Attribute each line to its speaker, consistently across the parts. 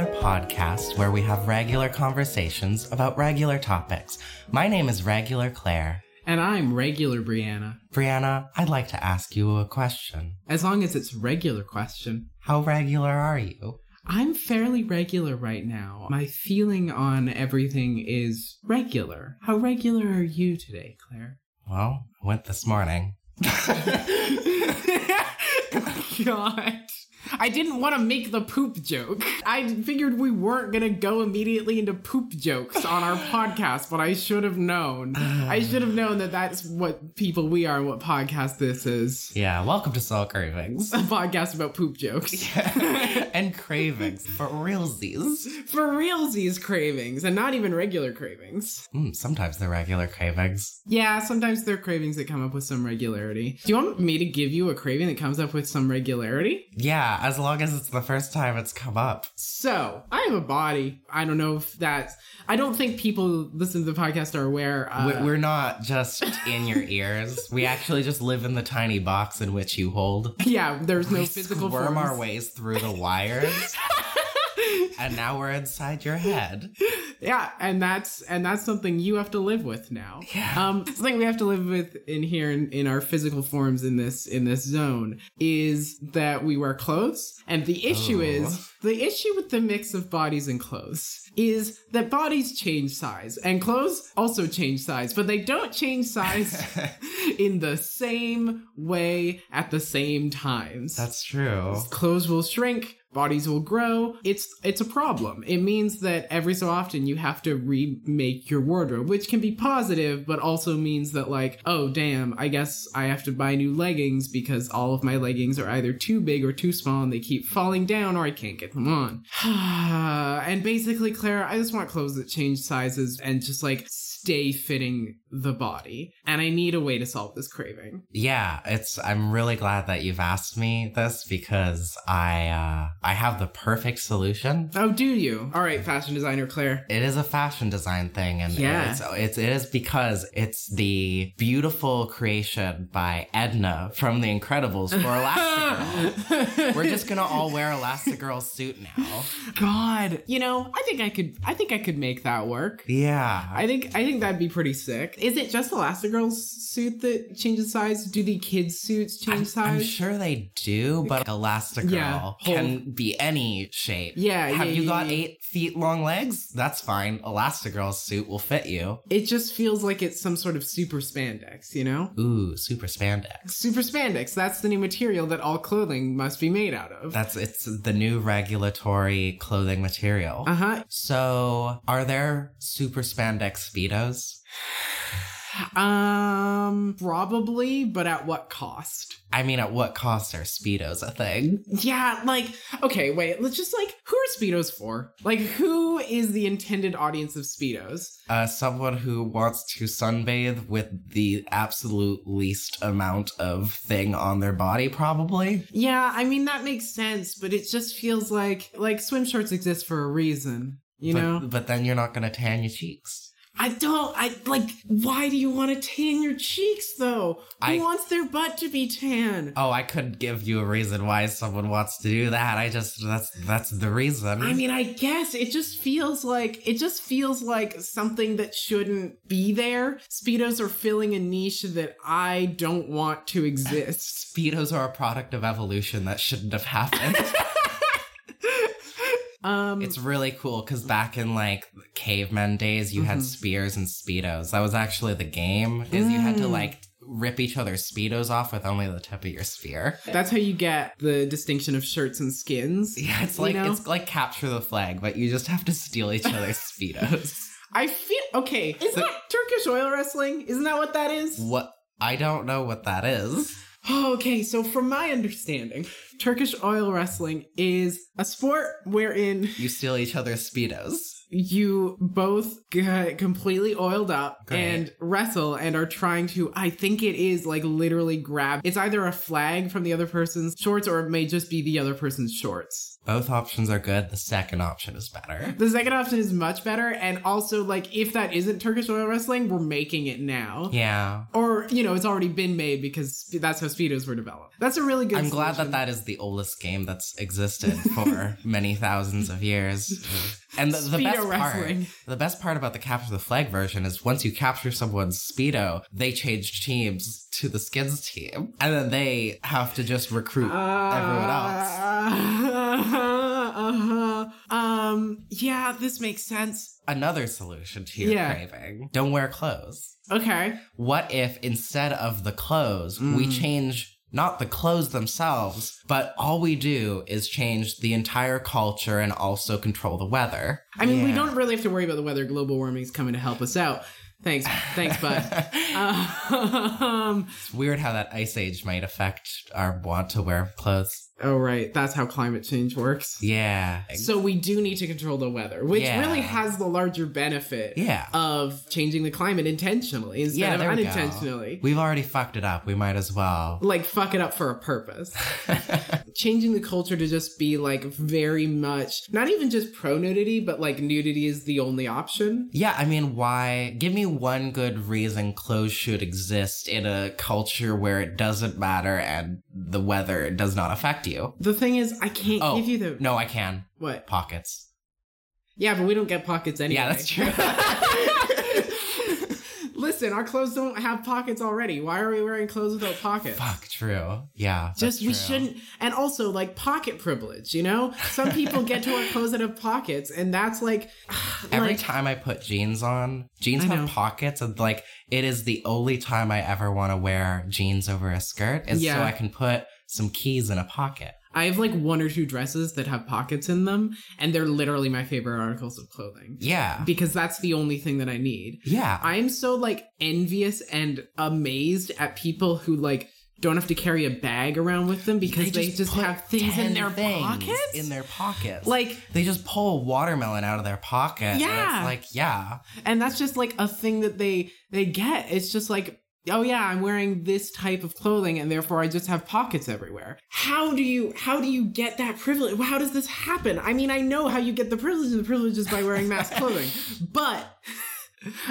Speaker 1: podcast where we have regular conversations about regular topics. My name is Regular Claire.
Speaker 2: And I'm regular Brianna,
Speaker 1: Brianna, I'd like to ask you a question.
Speaker 2: as long as it's regular question.
Speaker 1: How regular are you?
Speaker 2: I'm fairly regular right now. My feeling on everything is regular. How regular are you today, Claire?
Speaker 1: Well, I went this morning.
Speaker 2: God. I didn't want to make the poop joke. I figured we weren't going to go immediately into poop jokes on our podcast, but I should have known. I should have known that that's what people we are and what podcast this is.
Speaker 1: Yeah, welcome to Soul Cravings.
Speaker 2: A podcast about poop jokes.
Speaker 1: and cravings for realsies.
Speaker 2: For realsies cravings, and not even regular cravings.
Speaker 1: Mm, sometimes they're regular cravings.
Speaker 2: Yeah, sometimes they're cravings that come up with some regularity. Do you want me to give you a craving that comes up with some regularity?
Speaker 1: Yeah, as long as it's the first time it's come up.
Speaker 2: So, I have a body. I don't know if that's. I don't think people listening to the podcast are aware. Uh,
Speaker 1: We- We're not just in your ears. We actually just live in the tiny box in which you hold.
Speaker 2: yeah, there's no
Speaker 1: we
Speaker 2: physical
Speaker 1: squirm
Speaker 2: form.
Speaker 1: our ways through the wires, and now we're inside your head.
Speaker 2: yeah, and that's and that's something you have to live with now.
Speaker 1: Yeah.
Speaker 2: Um, something we have to live with in here in, in our physical forms in this in this zone is that we wear clothes, and the issue
Speaker 1: Oh.
Speaker 2: is the issue with the mix of bodies and clothes is that bodies change size, and clothes also change size, but they don't change size in the same way at the same times.
Speaker 1: That's true.
Speaker 2: Clothes will shrink, bodies will grow. It's it's a problem. It means that every so often you have to remake your wardrobe, which can be positive, but also means that like, oh damn, I guess I have to buy new leggings because all of my leggings are either too big or too small and they keep falling down or I can't get them on. and basically, Claire, I just want clothes that change sizes and just like stay fitting the body. And I need a way to solve this craving.
Speaker 1: Yeah, it's. I'm really glad that you've asked me this because I uh, I have the perfect solution.
Speaker 2: Oh, do you? All right, fashion designer Claire.
Speaker 1: It is a fashion design thing, and
Speaker 2: Yeah.
Speaker 1: it's, it's it is because it's the beautiful creation by Edna from The Incredibles for Elastigirl. We're just gonna all wear Elastigirl's suit now.
Speaker 2: God. You know, I think I could I think I could make that work.
Speaker 1: Yeah,
Speaker 2: I think I think that'd be pretty sick. Is it just Elastigirl's suit that changes size? Do the kids' suits change
Speaker 1: I'm
Speaker 2: size?
Speaker 1: sure they do, but Elastigirl
Speaker 2: Yeah, whole-
Speaker 1: can be any shape.
Speaker 2: Yeah,
Speaker 1: Have
Speaker 2: yeah,
Speaker 1: you
Speaker 2: yeah,
Speaker 1: got
Speaker 2: yeah.
Speaker 1: eight feet long legs? That's fine. Elastigirl's suit will fit you.
Speaker 2: It just feels like it's some sort of super spandex, you know?
Speaker 1: Ooh, super spandex.
Speaker 2: Super spandex, that's the new material that all clothing must be made out of.
Speaker 1: That's it's the new regulatory clothing material.
Speaker 2: Uh-huh.
Speaker 1: So, are there super spandex speedos?
Speaker 2: Um probably, but at what cost?
Speaker 1: I mean, at what cost are speedos a thing?
Speaker 2: Yeah, like, okay, wait, let's just like, who are Speedos for? Like, who is the intended audience of Speedos?
Speaker 1: Uh, someone who wants to sunbathe with the absolute least amount of thing on their body, probably.
Speaker 2: Yeah, I mean, that makes sense, but it just feels like, like, swim shorts exist for a reason, you
Speaker 1: But-
Speaker 2: know?
Speaker 1: But then you're not gonna tan your cheeks.
Speaker 2: I don't, I, like, why do you want to tan your cheeks, though? Who
Speaker 1: I-
Speaker 2: wants their butt to be tan?
Speaker 1: Oh, I couldn't give you a reason why someone wants to do that. I just that's that's the reason.
Speaker 2: I mean, I guess it just feels like it just feels like something that shouldn't be there. Speedos are filling a niche that I don't want to exist.
Speaker 1: speedos are a product of evolution that shouldn't have happened.
Speaker 2: Um,
Speaker 1: It's really cool because back in like cavemen days, you had
Speaker 2: Mhm.
Speaker 1: spears and speedos. That was actually the game. Is you had to
Speaker 2: Mm.
Speaker 1: like rip each other's speedos off with only the tip of your spear.
Speaker 2: that's how you get the distinction of shirts and skins.
Speaker 1: Yeah, it's
Speaker 2: You
Speaker 1: like
Speaker 2: know?
Speaker 1: it's like capture the flag, but you just have to steal each other's speedos.
Speaker 2: I feel okay. Isn't
Speaker 1: So-
Speaker 2: that Turkish oil wrestling? Isn't that what that is?
Speaker 1: What I don't know what that is.
Speaker 2: Oh, okay, so from my understanding, Turkish oil wrestling is a sport wherein
Speaker 1: You steal each other's speedos.
Speaker 2: you both get completely oiled up
Speaker 1: Great.
Speaker 2: and wrestle and are trying to I think it is like literally grab it's either a flag from the other person's shorts or it may just be the other person's shorts.
Speaker 1: Both options are good. The second option is better.
Speaker 2: The second option is much better, and also like if that isn't Turkish oil wrestling, we're making it now.
Speaker 1: Yeah.
Speaker 2: Or you know, it's already been made because that's how speedos were developed. That's a really good.
Speaker 1: I'm glad that
Speaker 2: solution.
Speaker 1: that is the oldest game that's existed for many thousands of years. And the, the
Speaker 2: Speedo
Speaker 1: best part,
Speaker 2: wrestling.
Speaker 1: the best part about the capture the flag version is once you capture someone's speedo, they change teams to the skins team, and then they have to just recruit
Speaker 2: Uh,
Speaker 1: everyone else.
Speaker 2: Uh-huh, uh-huh. Um. Yeah, this makes sense.
Speaker 1: Another solution to your
Speaker 2: Yeah.
Speaker 1: craving: don't wear clothes.
Speaker 2: Okay.
Speaker 1: What if instead of the clothes, we
Speaker 2: Mm.
Speaker 1: change not the clothes themselves, but all we do is change the entire culture and also control the weather?
Speaker 2: I mean, we
Speaker 1: Yeah.
Speaker 2: don't really have to worry about the weather. Global warming's coming to help us out. Thanks, thanks, bud. um,
Speaker 1: it's weird how that ice age might affect our want to wear clothes.
Speaker 2: oh right, that's how climate change works.
Speaker 1: Yeah.
Speaker 2: So we do need to control the weather, which
Speaker 1: Yeah.
Speaker 2: really has the larger benefit
Speaker 1: yeah.
Speaker 2: of changing the climate intentionally instead
Speaker 1: Yeah,
Speaker 2: of
Speaker 1: there we go.
Speaker 2: unintentionally.
Speaker 1: We've already fucked it up. We might as well.
Speaker 2: like fuck it up for a purpose. Changing the culture to just be like very much not even just pro nudity, but like nudity is the only option.
Speaker 1: yeah, I mean, why? Give me one good reason clothes should exist in a culture where it doesn't matter and the weather does not affect you.
Speaker 2: The thing is, I can't
Speaker 1: Oh,
Speaker 2: give you the
Speaker 1: No, I can.
Speaker 2: what.
Speaker 1: Pockets.
Speaker 2: Yeah, but we don't get pockets anyway.
Speaker 1: Yeah, that's true.
Speaker 2: Listen, our clothes don't have pockets already. Why are we wearing clothes without pockets?
Speaker 1: Fuck, true. Yeah.
Speaker 2: Just
Speaker 1: that's
Speaker 2: we
Speaker 1: true.
Speaker 2: shouldn't, and also like pocket privilege. You know, some people get to wear clothes that have pockets, and that's like
Speaker 1: Every
Speaker 2: like,
Speaker 1: time I put jeans on, jeans
Speaker 2: I
Speaker 1: have
Speaker 2: know.
Speaker 1: pockets, and like it is the only time I ever want to wear jeans over a skirt is so
Speaker 2: Yeah.
Speaker 1: I can put some keys in a pocket.
Speaker 2: I have like one or two dresses that have pockets in them, and they're literally my favorite articles of clothing
Speaker 1: Yeah,
Speaker 2: because that's the only thing that I need.
Speaker 1: yeah,
Speaker 2: I'm so like envious and amazed at people who like don't have to carry a bag around with them because they just,
Speaker 1: put
Speaker 2: have things
Speaker 1: 10
Speaker 2: in their
Speaker 1: things
Speaker 2: pockets.
Speaker 1: In their pockets,
Speaker 2: like,
Speaker 1: they just pull a watermelon out of their pocket. and
Speaker 2: Yeah.
Speaker 1: it's like yeah,
Speaker 2: and that's just like a thing that they they get. It's just like. Oh yeah, I'm wearing this type of clothing and therefore I just have pockets everywhere. How do you how do you get that privilege? How does this happen? I mean, I know how you get the privilege and the privilege is by wearing mass clothing, but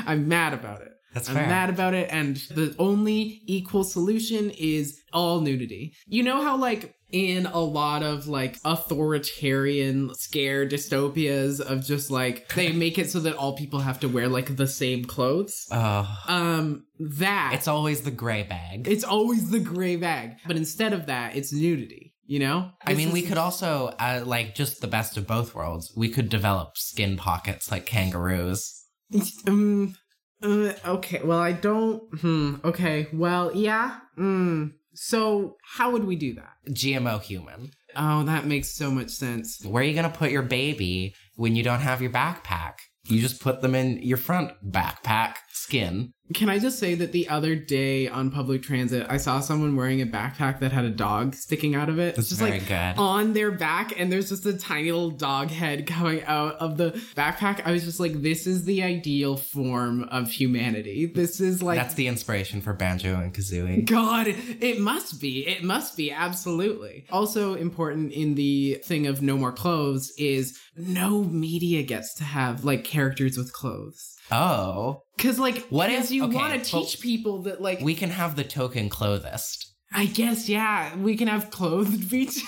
Speaker 2: I'm mad about it.
Speaker 1: that's
Speaker 2: I'm
Speaker 1: fair.
Speaker 2: mad about it, and the only equal solution is all nudity. You know how, like, in a lot of like authoritarian scare dystopias of just like they make it so that all people have to wear like the same clothes.
Speaker 1: oh,
Speaker 2: Um, that
Speaker 1: it's always the gray bag.
Speaker 2: it's always the gray bag, but instead of that, it's nudity. You know,
Speaker 1: I
Speaker 2: This
Speaker 1: mean,
Speaker 2: is-
Speaker 1: we could also, uh, like, just the best of both worlds. We could develop skin pockets like kangaroos.
Speaker 2: Um, uh, okay. Well, I don't. Hmm. Okay. Well, yeah. Mm. So, how would we do that?
Speaker 1: GMO human.
Speaker 2: Oh, that makes so much sense.
Speaker 1: Where are you going to put your baby when you don't have your backpack? You just put them in your front backpack skin.
Speaker 2: Can I just say that the other day on public transit, I saw someone wearing a backpack that had a dog sticking out of it.
Speaker 1: That's
Speaker 2: just
Speaker 1: very
Speaker 2: like
Speaker 1: good.
Speaker 2: on their back, and there's just a tiny little dog head coming out of the backpack. I was just like, this is the ideal form of humanity. This is like.
Speaker 1: That's the inspiration for Banjo and Kazooie.
Speaker 2: God, it must be. It must be, absolutely. Also, important in the thing of no more clothes is no media gets to have like characters with clothes.
Speaker 1: Oh,
Speaker 2: Because like,
Speaker 1: What
Speaker 2: what if
Speaker 1: if-
Speaker 2: you
Speaker 1: okay,
Speaker 2: want
Speaker 1: but-
Speaker 2: to teach people that like?
Speaker 1: we can have the token clothist.
Speaker 2: I guess yeah, we can have clothed beaches.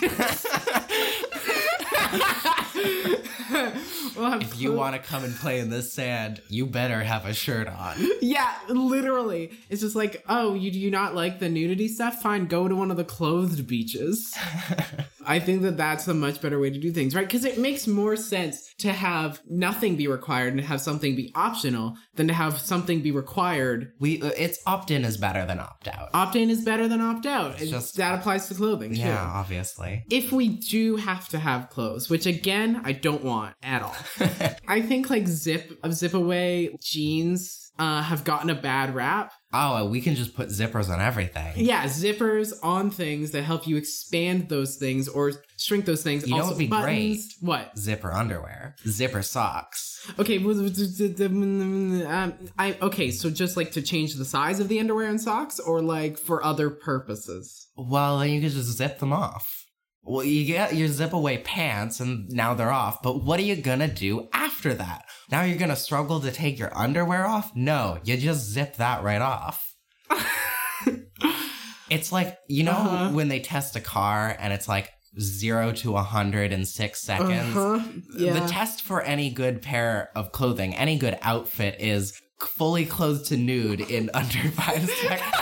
Speaker 2: we'll have
Speaker 1: if you
Speaker 2: clothed-
Speaker 1: want to come and play in the sand, you better have a shirt on.
Speaker 2: yeah, literally, it's just like, oh, you do you not like the nudity stuff? Fine, go to one of the clothed beaches. I think that that's a much better way to do things, right? Because it makes more sense to have nothing be required and have something be optional than to have something be required
Speaker 1: We uh, it's opt in is better than opt out.
Speaker 2: opt in is better than opt out.
Speaker 1: It's just-
Speaker 2: that applies to clothing.
Speaker 1: Yeah,
Speaker 2: Too.
Speaker 1: obviously.
Speaker 2: If we do have to have clothes, which again I don't want at all, I think like zip of zip away jeans uh, have gotten a bad rap.
Speaker 1: Oh, we can just put zippers on everything.
Speaker 2: Yeah, zippers on things that help you expand those things or shrink those things.
Speaker 1: You know
Speaker 2: also,
Speaker 1: what'd be
Speaker 2: buttons. What?
Speaker 1: Zipper underwear, zipper socks.
Speaker 2: Okay, well, um, I okay. So just like to change the size of the underwear and socks, or like for other purposes.
Speaker 1: Well, then you could just zip them off. Well, you get your zip away pants and now they're off, but what are you gonna do after that? Now you're gonna struggle to take your underwear off? No, you just zip that right off. it's like, you know,
Speaker 2: Uh-huh.
Speaker 1: when they test a car and it's like zero to 106 seconds?
Speaker 2: Uh-huh.
Speaker 1: The
Speaker 2: Yeah.
Speaker 1: test for any good pair of clothing, any good outfit is fully clothed to nude in under five seconds.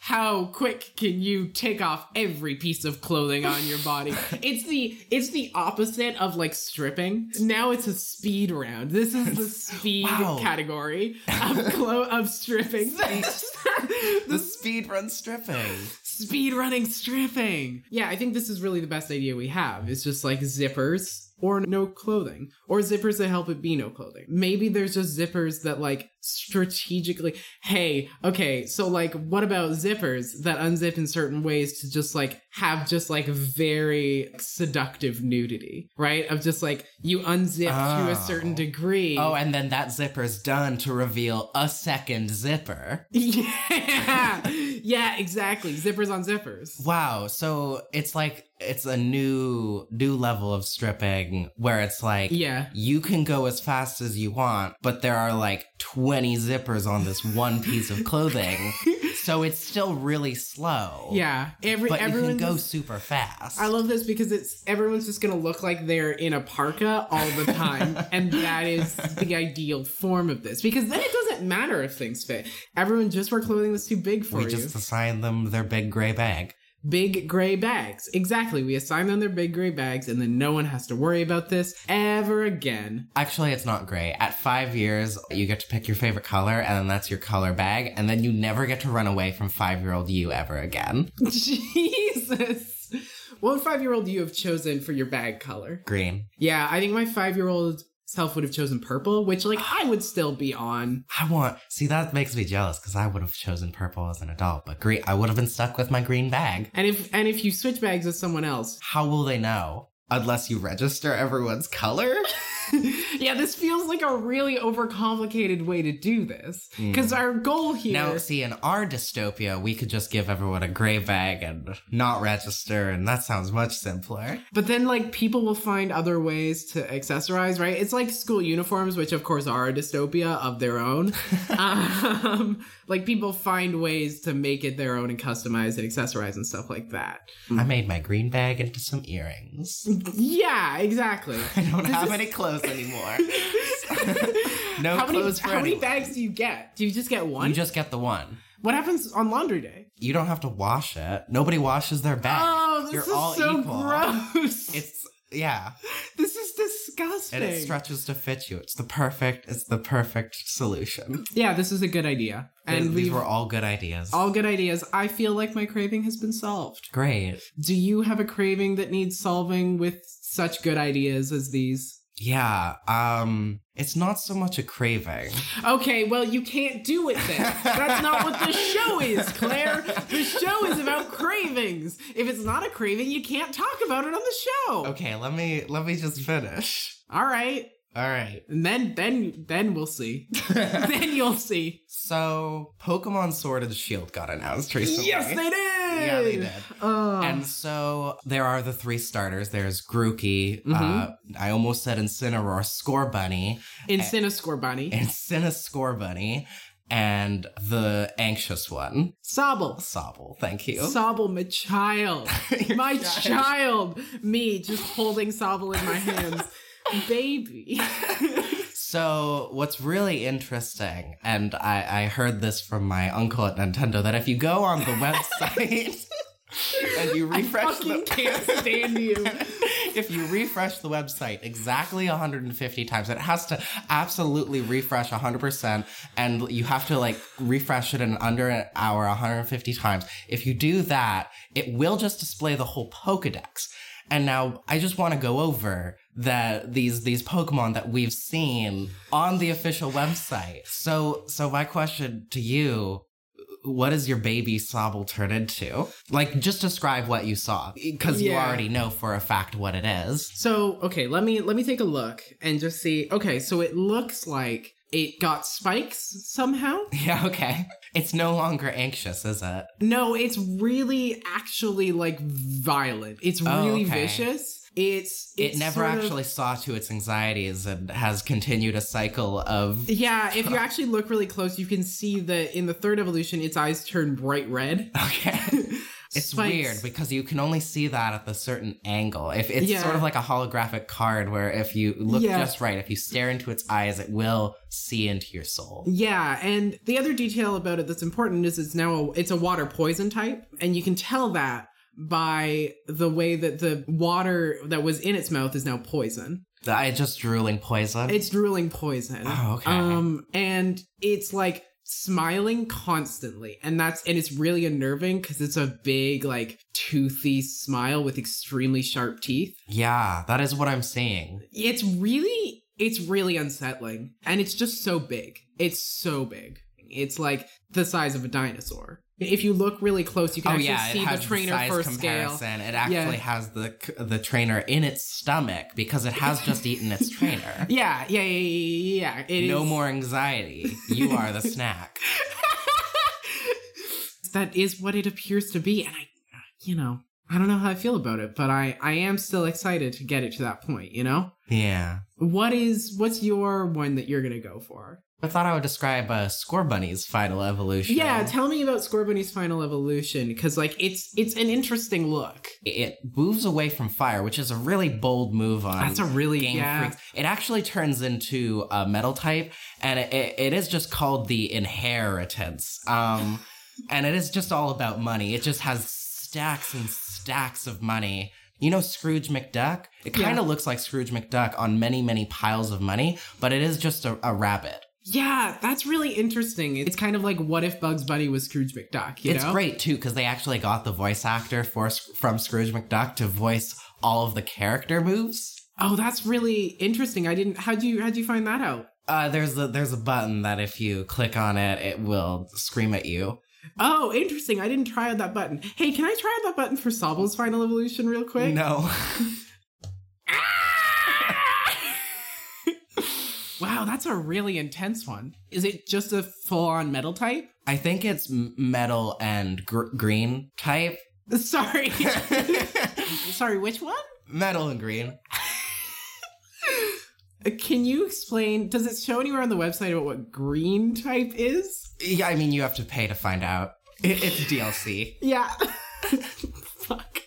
Speaker 2: How quick can you take off every piece of clothing on your body? It's the it's the opposite of like stripping. Now it's a speed round. This is the speed
Speaker 1: Wow.
Speaker 2: category of clo- of stripping.
Speaker 1: the
Speaker 2: the
Speaker 1: speed run stripping.
Speaker 2: speed running stripping. Yeah, I think this is really the best idea we have. It's just like zippers or no clothing or zippers that help it be no clothing. Maybe there's just zippers that like strategically, hey, okay, so like what about zippers that unzip in certain ways to just like have just like very seductive nudity, right? Of just like you unzip to a certain
Speaker 1: Oh.
Speaker 2: degree.
Speaker 1: Oh, and then that zipper's done to reveal a second zipper.
Speaker 2: yeah. Yeah, exactly. Zippers on zippers.
Speaker 1: Wow, so it's like it's a new new level of stripping where it's like
Speaker 2: Yeah.
Speaker 1: you can go as fast as you want, but there are like 20 zippers on this one piece of clothing. so it's still really slow.
Speaker 2: Yeah. Every
Speaker 1: But you
Speaker 2: everyone
Speaker 1: can go
Speaker 2: just-
Speaker 1: super fast.
Speaker 2: I love this because it's everyone's just gonna look like they're in a parka all the time, and that is the ideal form of this. Because then it doesn't matter if things fit. Everyone just wear clothing that's too big for
Speaker 1: we
Speaker 2: you.
Speaker 1: just assign them their big gray bag.
Speaker 2: Big gray bags. Exactly. We assign them their big gray bags, and then no one has to worry about this ever again.
Speaker 1: Actually, it's not gray. At five years, you get to pick your favorite color, and then that's your color bag, and then you never get to run away from five year old you ever again.
Speaker 2: Jesus. What five year old you have chosen for your bag color?
Speaker 1: Green.
Speaker 2: Yeah, I think my five year old self would have chosen purple, which like I would still be on.
Speaker 1: I want, see, that makes me jealous because I would have chosen purple as an adult, but green, I would have been stuck with my green bag.
Speaker 2: And if and if you switch bags with someone else,
Speaker 1: How will they know? Unless you register everyone's color?
Speaker 2: yeah, this feels like a really overcomplicated way to do this. Because our goal here.
Speaker 1: Hmm. Now, see, in our dystopia, we could just give everyone a gray bag and not register, and that sounds much simpler.
Speaker 2: but then, like, people will find other ways to accessorize, right? It's like school uniforms, which, of course, are a dystopia of their own. um, like, people find ways to make it their own and customize and accessorize and stuff like that.
Speaker 1: I made my green bag into some earrings.
Speaker 2: Yeah, exactly.
Speaker 1: I don't
Speaker 2: This
Speaker 1: have
Speaker 2: is-
Speaker 1: any clothes anymore. No
Speaker 2: how many,
Speaker 1: clothes for
Speaker 2: how many
Speaker 1: anyone.
Speaker 2: bags do you get? Do you just get one?
Speaker 1: You just get the one.
Speaker 2: what happens on laundry day?
Speaker 1: You don't have to wash it. Nobody washes their bag.
Speaker 2: Oh, this
Speaker 1: You're
Speaker 2: is
Speaker 1: all
Speaker 2: so
Speaker 1: equal.
Speaker 2: gross.
Speaker 1: It's yeah,
Speaker 2: This is disgusting.
Speaker 1: and it stretches to fit you. It's the perfect. It's the perfect solution.
Speaker 2: yeah, this is a good idea.
Speaker 1: And
Speaker 2: And
Speaker 1: these
Speaker 2: we've
Speaker 1: were all good ideas.
Speaker 2: all good ideas. I feel like my craving has been solved.
Speaker 1: great.
Speaker 2: Do you have a craving that needs solving with such good ideas as these?
Speaker 1: Yeah. Um. It's not so much a craving.
Speaker 2: Okay, well, you can't do it then. That's not what the show is, Claire. The show is about cravings. If it's not a craving, you can't talk about it on the show.
Speaker 1: Okay. Let me. Let me just finish.
Speaker 2: All right.
Speaker 1: All right.
Speaker 2: And then then then we'll see. then you'll see.
Speaker 1: So, Pokemon Sword and Shield got announced recently.
Speaker 2: Yes, they did.
Speaker 1: Yeah, they did.
Speaker 2: Oh.
Speaker 1: And so there are the three starters. There's Grookey. Uh,
Speaker 2: Mhm.
Speaker 1: I almost said Incineroar, Score Bunny,
Speaker 2: in Cinescore Bunny.
Speaker 1: and Score Bunny, and the anxious one,
Speaker 2: Sobble.
Speaker 1: Sobble. Thank you.
Speaker 2: Sobble, my child.
Speaker 1: Your
Speaker 2: my child. Me just holding Sobble in my hands. Baby.
Speaker 1: So what's really interesting, and I, I heard this from my uncle at Nintendo, that if you go on the website and you
Speaker 2: I
Speaker 1: refresh
Speaker 2: fucking
Speaker 1: the
Speaker 2: can't stand you.
Speaker 1: if you refresh the website exactly 150 times, it has to absolutely refresh 100%, and you have to like refresh it in under an hour 150 times. If you do that, it will just display the whole Pokedex. And now I just want to go over that these these Pokemon that we've seen on the official website. So so my question to you what does your baby sobble turn into? Like, just describe what you saw because you
Speaker 2: Yeah.
Speaker 1: already know for a fact what it is.
Speaker 2: So, okay, let me let me take a look and just see. Okay, so it looks like it got spikes somehow.
Speaker 1: Yeah, okay. It's no longer anxious, is it?
Speaker 2: No, it's really actually like violent. It's
Speaker 1: Oh,
Speaker 2: really
Speaker 1: okay.
Speaker 2: vicious. It's, it's
Speaker 1: it never
Speaker 2: sort of-
Speaker 1: actually saw to its anxieties and has continued a cycle of.
Speaker 2: yeah, if you actually look really close, you can see that in the third evolution, its eyes turn bright red.
Speaker 1: Okay. It's
Speaker 2: Spikes.
Speaker 1: weird because you can only see that at a certain angle. If it's
Speaker 2: Yeah.
Speaker 1: sort of like a holographic card where if you look
Speaker 2: Yeah.
Speaker 1: just right, if you stare into its eyes, it will see into your soul.
Speaker 2: Yeah, and the other detail about it that's important is it's now a, it's a water poison type, and you can tell that by the way that the water that was in its mouth is now poison.
Speaker 1: I just drooling poison.
Speaker 2: It's drooling poison.
Speaker 1: Oh, okay.
Speaker 2: Um, and it's like smiling constantly, and that's and it's really unnerving because it's a big like toothy smile with extremely sharp teeth.
Speaker 1: yeah, that is what I'm seeing.
Speaker 2: It's really it's really unsettling, and it's just so big. It's so big. It's like the size of a dinosaur. If you look really close, you can
Speaker 1: oh
Speaker 2: actually
Speaker 1: yeah,
Speaker 2: see
Speaker 1: it has
Speaker 2: the trainer
Speaker 1: size
Speaker 2: first
Speaker 1: comparison.
Speaker 2: scale.
Speaker 1: It actually has the c- the trainer in its stomach because it has just eaten its trainer.
Speaker 2: Yeah, yeah, yeah, yeah. yeah. It
Speaker 1: no
Speaker 2: is-
Speaker 1: more anxiety. You are the snack.
Speaker 2: that is what it appears to be and i you know i don't know how i feel about it but i i am still excited to get it to that point you know
Speaker 1: Yeah.
Speaker 2: what is what's your one that you're gonna go for
Speaker 1: I thought I would describe uh, Score Bunny's final evolution.
Speaker 2: yeah tell me about scorbunny's final evolution because like it's it's an interesting look
Speaker 1: it moves away from fire, which is a really bold move on.
Speaker 2: that's a really
Speaker 1: Um, Game
Speaker 2: yeah
Speaker 1: Freaks. It actually turns into a metal type, and it, it, it is just called the inheritance. Um, and it is just all about money. It just has stacks and stacks of money. You know Scrooge McDuck? It
Speaker 2: Yeah.
Speaker 1: kind of looks like Scrooge McDuck on many, many piles of money, but it is just a, a rabbit.
Speaker 2: yeah that's really interesting it's kind of like what if bugs bunny was scrooge mcduck you
Speaker 1: it's
Speaker 2: know
Speaker 1: great too because they actually got the voice actor for Sc- from Scrooge McDuck to voice all of the character moves.
Speaker 2: oh that's really interesting i didn't how'd you how'd you find that out
Speaker 1: Uh, there's a there's a button that if you click on it, it will scream at you.
Speaker 2: Oh, interesting. I didn't try out that button. Hey, can I try out that button for Sobble's final evolution real quick?
Speaker 1: No.
Speaker 2: Wow, that's a really intense one. Is it just a full on metal type?
Speaker 1: I think it's m- metal and gr- green type.
Speaker 2: Sorry. Sorry, which one?
Speaker 1: metal and green.
Speaker 2: Uh, Can you explain? Does it show anywhere on the website about what green type is?
Speaker 1: Yeah, I mean you have to pay to find out. It- it's DLC.
Speaker 2: Yeah. Fuck.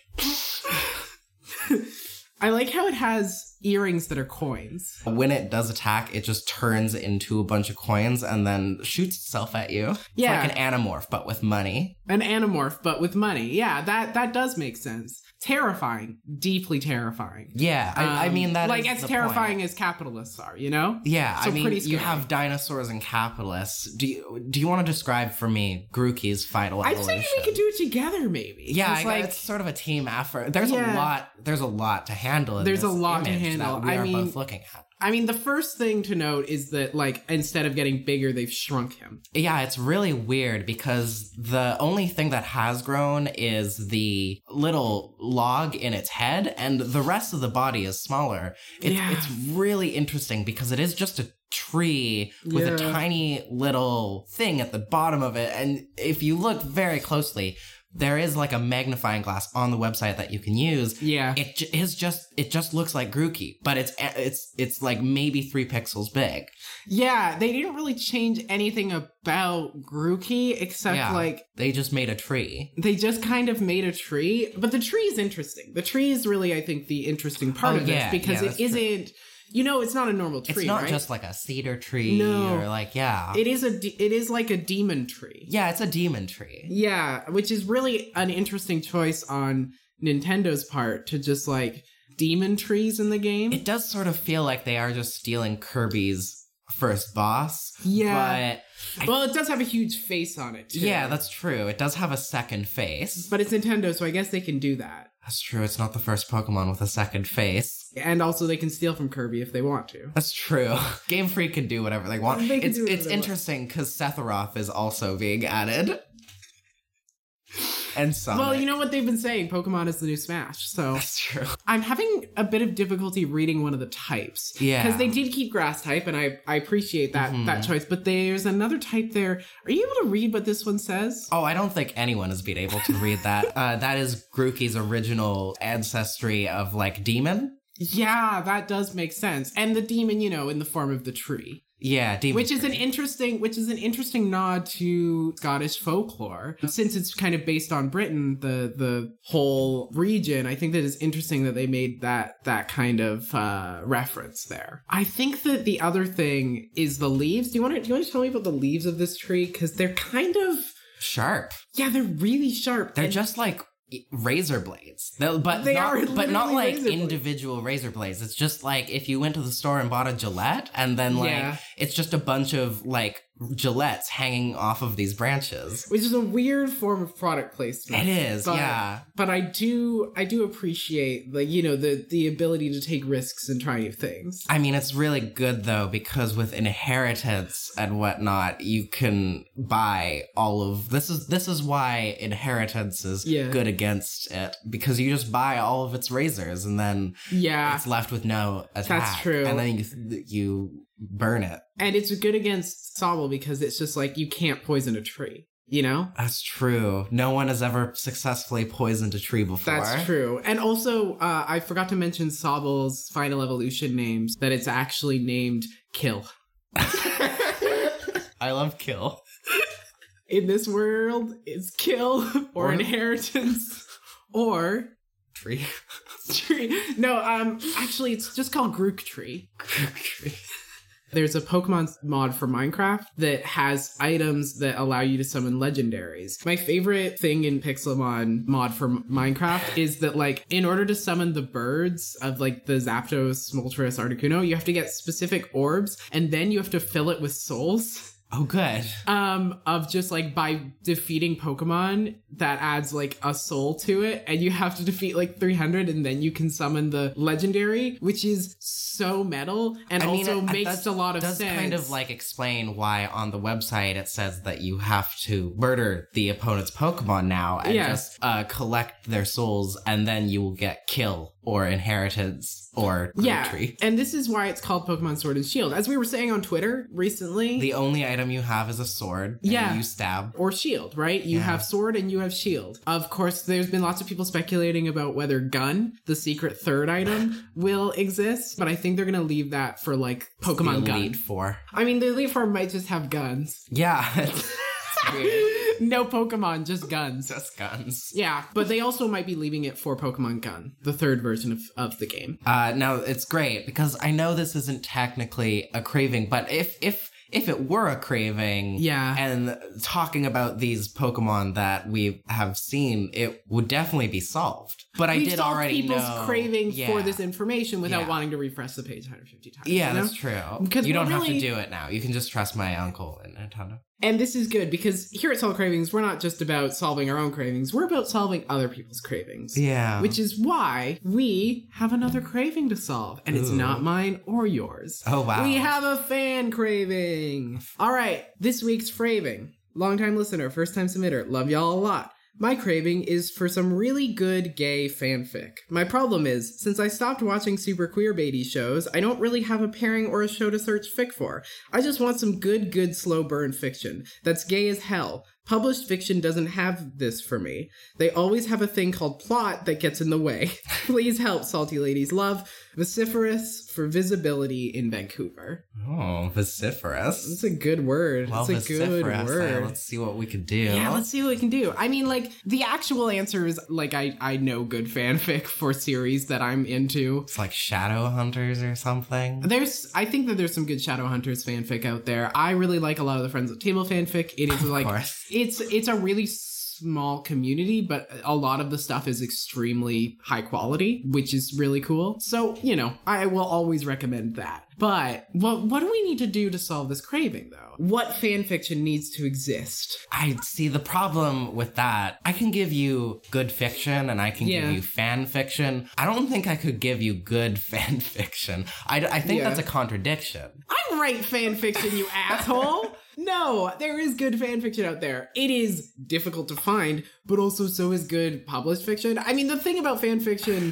Speaker 2: I like how it has earrings that are coins.
Speaker 1: When it does attack, it just turns into a bunch of coins and then shoots itself at you.
Speaker 2: Yeah.
Speaker 1: It's like an anamorph, but with money.
Speaker 2: an anamorph but with money yeah that that does make sense terrifying deeply terrifying
Speaker 1: Yeah, I, I
Speaker 2: Um,
Speaker 1: mean that.
Speaker 2: like
Speaker 1: is
Speaker 2: as
Speaker 1: the
Speaker 2: terrifying
Speaker 1: point.
Speaker 2: as capitalists are you know
Speaker 1: Yeah,
Speaker 2: so
Speaker 1: I mean
Speaker 2: pretty
Speaker 1: you
Speaker 2: scary.
Speaker 1: have dinosaurs and capitalists. Do you do you want to describe for me Grookey's final
Speaker 2: i
Speaker 1: evolution?
Speaker 2: think we could do it together maybe
Speaker 1: Yeah, I,
Speaker 2: It's like
Speaker 1: it's sort of a team effort. There's a
Speaker 2: Yeah.
Speaker 1: lot. There's a lot to handle. In
Speaker 2: There's a
Speaker 1: this
Speaker 2: lot to
Speaker 1: image
Speaker 2: handle.
Speaker 1: That we
Speaker 2: I
Speaker 1: are
Speaker 2: mean-
Speaker 1: both looking at.
Speaker 2: i mean the first thing to note is that like instead of getting bigger they've shrunk him
Speaker 1: Yeah, it's really weird because the only thing that has grown is the little log in its head, and the rest of the body is smaller. It's,
Speaker 2: Yeah.
Speaker 1: it's really interesting because it is just a tree with
Speaker 2: Yeah.
Speaker 1: a tiny little thing at the bottom of it. And if you look very closely, there is like a magnifying glass on the website that you can use.
Speaker 2: yeah
Speaker 1: It j- is just it just looks like Grookey, but it's it's it's like maybe three pixels big.
Speaker 2: yeah they didn't really change anything about grookey except
Speaker 1: Yeah.
Speaker 2: like
Speaker 1: They just made a tree.
Speaker 2: they just kind of made a tree, but the tree is interesting. The tree is really, I think, the interesting part
Speaker 1: Oh,
Speaker 2: of
Speaker 1: yeah,
Speaker 2: this
Speaker 1: yeah,
Speaker 2: because it
Speaker 1: that's true.
Speaker 2: isn't. You know, it's not a normal tree,
Speaker 1: it's not
Speaker 2: right?
Speaker 1: just like a cedar tree
Speaker 2: No.
Speaker 1: or like yeah,
Speaker 2: it is a. De- it is like a demon tree.
Speaker 1: yeah. It's a demon tree.
Speaker 2: Yeah, which is really an interesting choice on Nintendo's part to just like demon trees in the game.
Speaker 1: It does sort of feel like they are just stealing Kirby's first boss.
Speaker 2: Yeah.
Speaker 1: but
Speaker 2: well, it does have a huge face on it. Too.
Speaker 1: yeah, that's true. It does have a second face.
Speaker 2: but it's Nintendo, so I guess they can do that.
Speaker 1: That's true. It's not the first Pokemon with a second face.
Speaker 2: And also, they can steal from Kirby if they want to.
Speaker 1: That's true. Game Freak can do whatever they want.
Speaker 2: They can
Speaker 1: it's
Speaker 2: do whatever
Speaker 1: it's
Speaker 2: they want.
Speaker 1: interesting because Sephiroth is also being added. and Sonic.
Speaker 2: Well, you know what they've been saying? Pokemon is the new Smash. So
Speaker 1: that's true.
Speaker 2: I'm having a bit of difficulty reading one of the types.
Speaker 1: Yeah.
Speaker 2: Because they did keep grass type, and I, I appreciate that
Speaker 1: Mhm.
Speaker 2: that choice. But there's another type there. Are you able to read what this one says?
Speaker 1: Oh, I don't think anyone has been able to read that. uh, that is Grookey's original ancestry of like demon.
Speaker 2: Yeah, that does make sense. And the demon, you know, in the form of the tree.
Speaker 1: Yeah, demon.
Speaker 2: which is an
Speaker 1: tree.
Speaker 2: interesting which is an interesting nod to Scottish folklore since it's kind of based on Britain the the whole region I think that is interesting that they made that that kind of uh, reference there I think that the other thing is the leaves do you want to do you want to tell me about the leaves of this tree because they're kind of
Speaker 1: sharp.
Speaker 2: yeah they're really sharp
Speaker 1: They're
Speaker 2: And-
Speaker 1: just like e, razor blades. They'll- but
Speaker 2: They
Speaker 1: not,
Speaker 2: are
Speaker 1: but not
Speaker 2: literally
Speaker 1: like
Speaker 2: razor blades.
Speaker 1: individual razor blades. It's just like if you went to the store and bought a Gillette and then like
Speaker 2: Yeah.
Speaker 1: it's just a bunch of like Gillettes hanging off of these branches.
Speaker 2: which is a weird form of product placement
Speaker 1: It is,
Speaker 2: But-
Speaker 1: yeah.
Speaker 2: but I do I do appreciate like you know the the ability to take risks and try new things
Speaker 1: I mean, it's really good though because with inheritance and whatnot, you can buy all of this. Is this is why inheritance is
Speaker 2: Yeah.
Speaker 1: good against it because you just buy all of its razors and then
Speaker 2: yeah
Speaker 1: it's left with no attack.
Speaker 2: true.
Speaker 1: and then you you burn it.
Speaker 2: And it's good against Sobble because it's just like you can't poison a tree, you know?
Speaker 1: That's true. No one has ever successfully poisoned a tree before.
Speaker 2: That's true. And also, uh, I forgot to mention Sobble's final evolution names, that it's actually named Kill.
Speaker 1: I love kill.
Speaker 2: In this world, it's Kill or,
Speaker 1: Or-
Speaker 2: Inheritance or
Speaker 1: Tree.
Speaker 2: Tree. No, um, actually, it's just called Grook Tree.
Speaker 1: Tree.
Speaker 2: There's a Pokemon mod for Minecraft that has items that allow you to summon legendaries. My favorite thing in Pixelmon mod for M- Minecraft is that, like, in order to summon the birds of, like, the Zapdos, Moltres, Articuno, you have to get specific orbs and then you have to fill it with souls.
Speaker 1: Oh, good.
Speaker 2: Um, of just like by defeating Pokemon that adds like a soul to it, and you have to defeat like 300, and then you can summon the legendary, which is so metal and
Speaker 1: I mean,
Speaker 2: also
Speaker 1: it-
Speaker 2: makes
Speaker 1: that's-
Speaker 2: a lot of
Speaker 1: does
Speaker 2: sense.
Speaker 1: kind of like explain why on the website it says that you have to murder the opponent's Pokemon now and
Speaker 2: Yeah.
Speaker 1: just uh, collect their souls, and then you will get kill or inheritance or Groot
Speaker 2: yeah,
Speaker 1: tree.
Speaker 2: and this is why it's called Pokemon Sword and Shield, as we were saying on Twitter recently,
Speaker 1: The only item you have is a sword. and
Speaker 2: Yeah.
Speaker 1: you stab.
Speaker 2: or Shield, right? You
Speaker 1: Yeah.
Speaker 2: have Sword and you have Shield. Of course, there's been lots of people speculating about whether Gun, the secret third item, will exist, but I think they're gonna leave that for like Pokemon
Speaker 1: the
Speaker 2: Gun.
Speaker 1: lead for.
Speaker 2: I mean, the elite form might just have guns.
Speaker 1: Yeah, it's weird.
Speaker 2: no Pokemon, just guns.
Speaker 1: just guns.
Speaker 2: Yeah, but they also might be leaving it for Pokemon Gun, the third version of, of the game.
Speaker 1: Uh, no, it's great because I know this isn't technically a craving, but if if if it were a craving,
Speaker 2: Yeah.
Speaker 1: and talking about these Pokemon that we have seen, it would definitely be solved. But I
Speaker 2: We've
Speaker 1: did
Speaker 2: solved
Speaker 1: already
Speaker 2: people's
Speaker 1: know
Speaker 2: craving
Speaker 1: yeah.
Speaker 2: for this information without
Speaker 1: Yeah.
Speaker 2: wanting to refresh the page 150 times.
Speaker 1: Yeah,
Speaker 2: you know?
Speaker 1: that's true.
Speaker 2: Because
Speaker 1: you
Speaker 2: we're
Speaker 1: don't have to
Speaker 2: really-
Speaker 1: do it now. You can just trust my uncle in Nintendo.
Speaker 2: And this is good because here at Solve Cravings, we're not just about solving our own cravings, we're about solving other people's cravings.
Speaker 1: Yeah,
Speaker 2: Which is why we have another craving to solve, and it's
Speaker 1: Ooh.
Speaker 2: not mine or yours.
Speaker 1: oh wow,
Speaker 2: We have a fan craving. All right, this week's craving. Longtime listener, first time submitter, love y'all a lot. My craving is for some really good gay fanfic. My problem is, since I stopped watching super queer baity shows, I don't really have a pairing or a show to search fic for. I just want some good, good slow burn fiction that's gay as hell. Published fiction doesn't have this for me. They always have a thing called plot that gets in the way. Please help, salty ladies. Love vociferous for visibility in Vancouver.
Speaker 1: oh vociferous.
Speaker 2: That's a good word.
Speaker 1: Well,
Speaker 2: That's a good
Speaker 1: vociferous. Uh,
Speaker 2: word.
Speaker 1: let's see what we can do.
Speaker 2: yeah, let's see what we can do. I mean, like the actual answer is like I I know good fanfic for series that I'm into.
Speaker 1: it's like Shadow Hunters or something.
Speaker 2: There's I think that there's some good Shadowhunters fanfic out there. I really like a lot of the Friends of Table fanfic. It is
Speaker 1: of
Speaker 2: like
Speaker 1: course.
Speaker 2: it's it's a really small community but a lot of the stuff is extremely high quality which is really cool so you know i will always recommend that But what what do we need to do to solve this craving though? What fan fiction needs to exist?
Speaker 1: I see the problem with that. I can give you good fiction and I can
Speaker 2: Yeah.
Speaker 1: give you fan fiction. I don't think I could give you good fan fiction. I, I think
Speaker 2: Yeah.
Speaker 1: that's a contradiction.
Speaker 2: I write fan fiction, you asshole. No, there is good fan fiction out there. It is difficult to find, but also so is good published fiction. I mean, the thing about fan fiction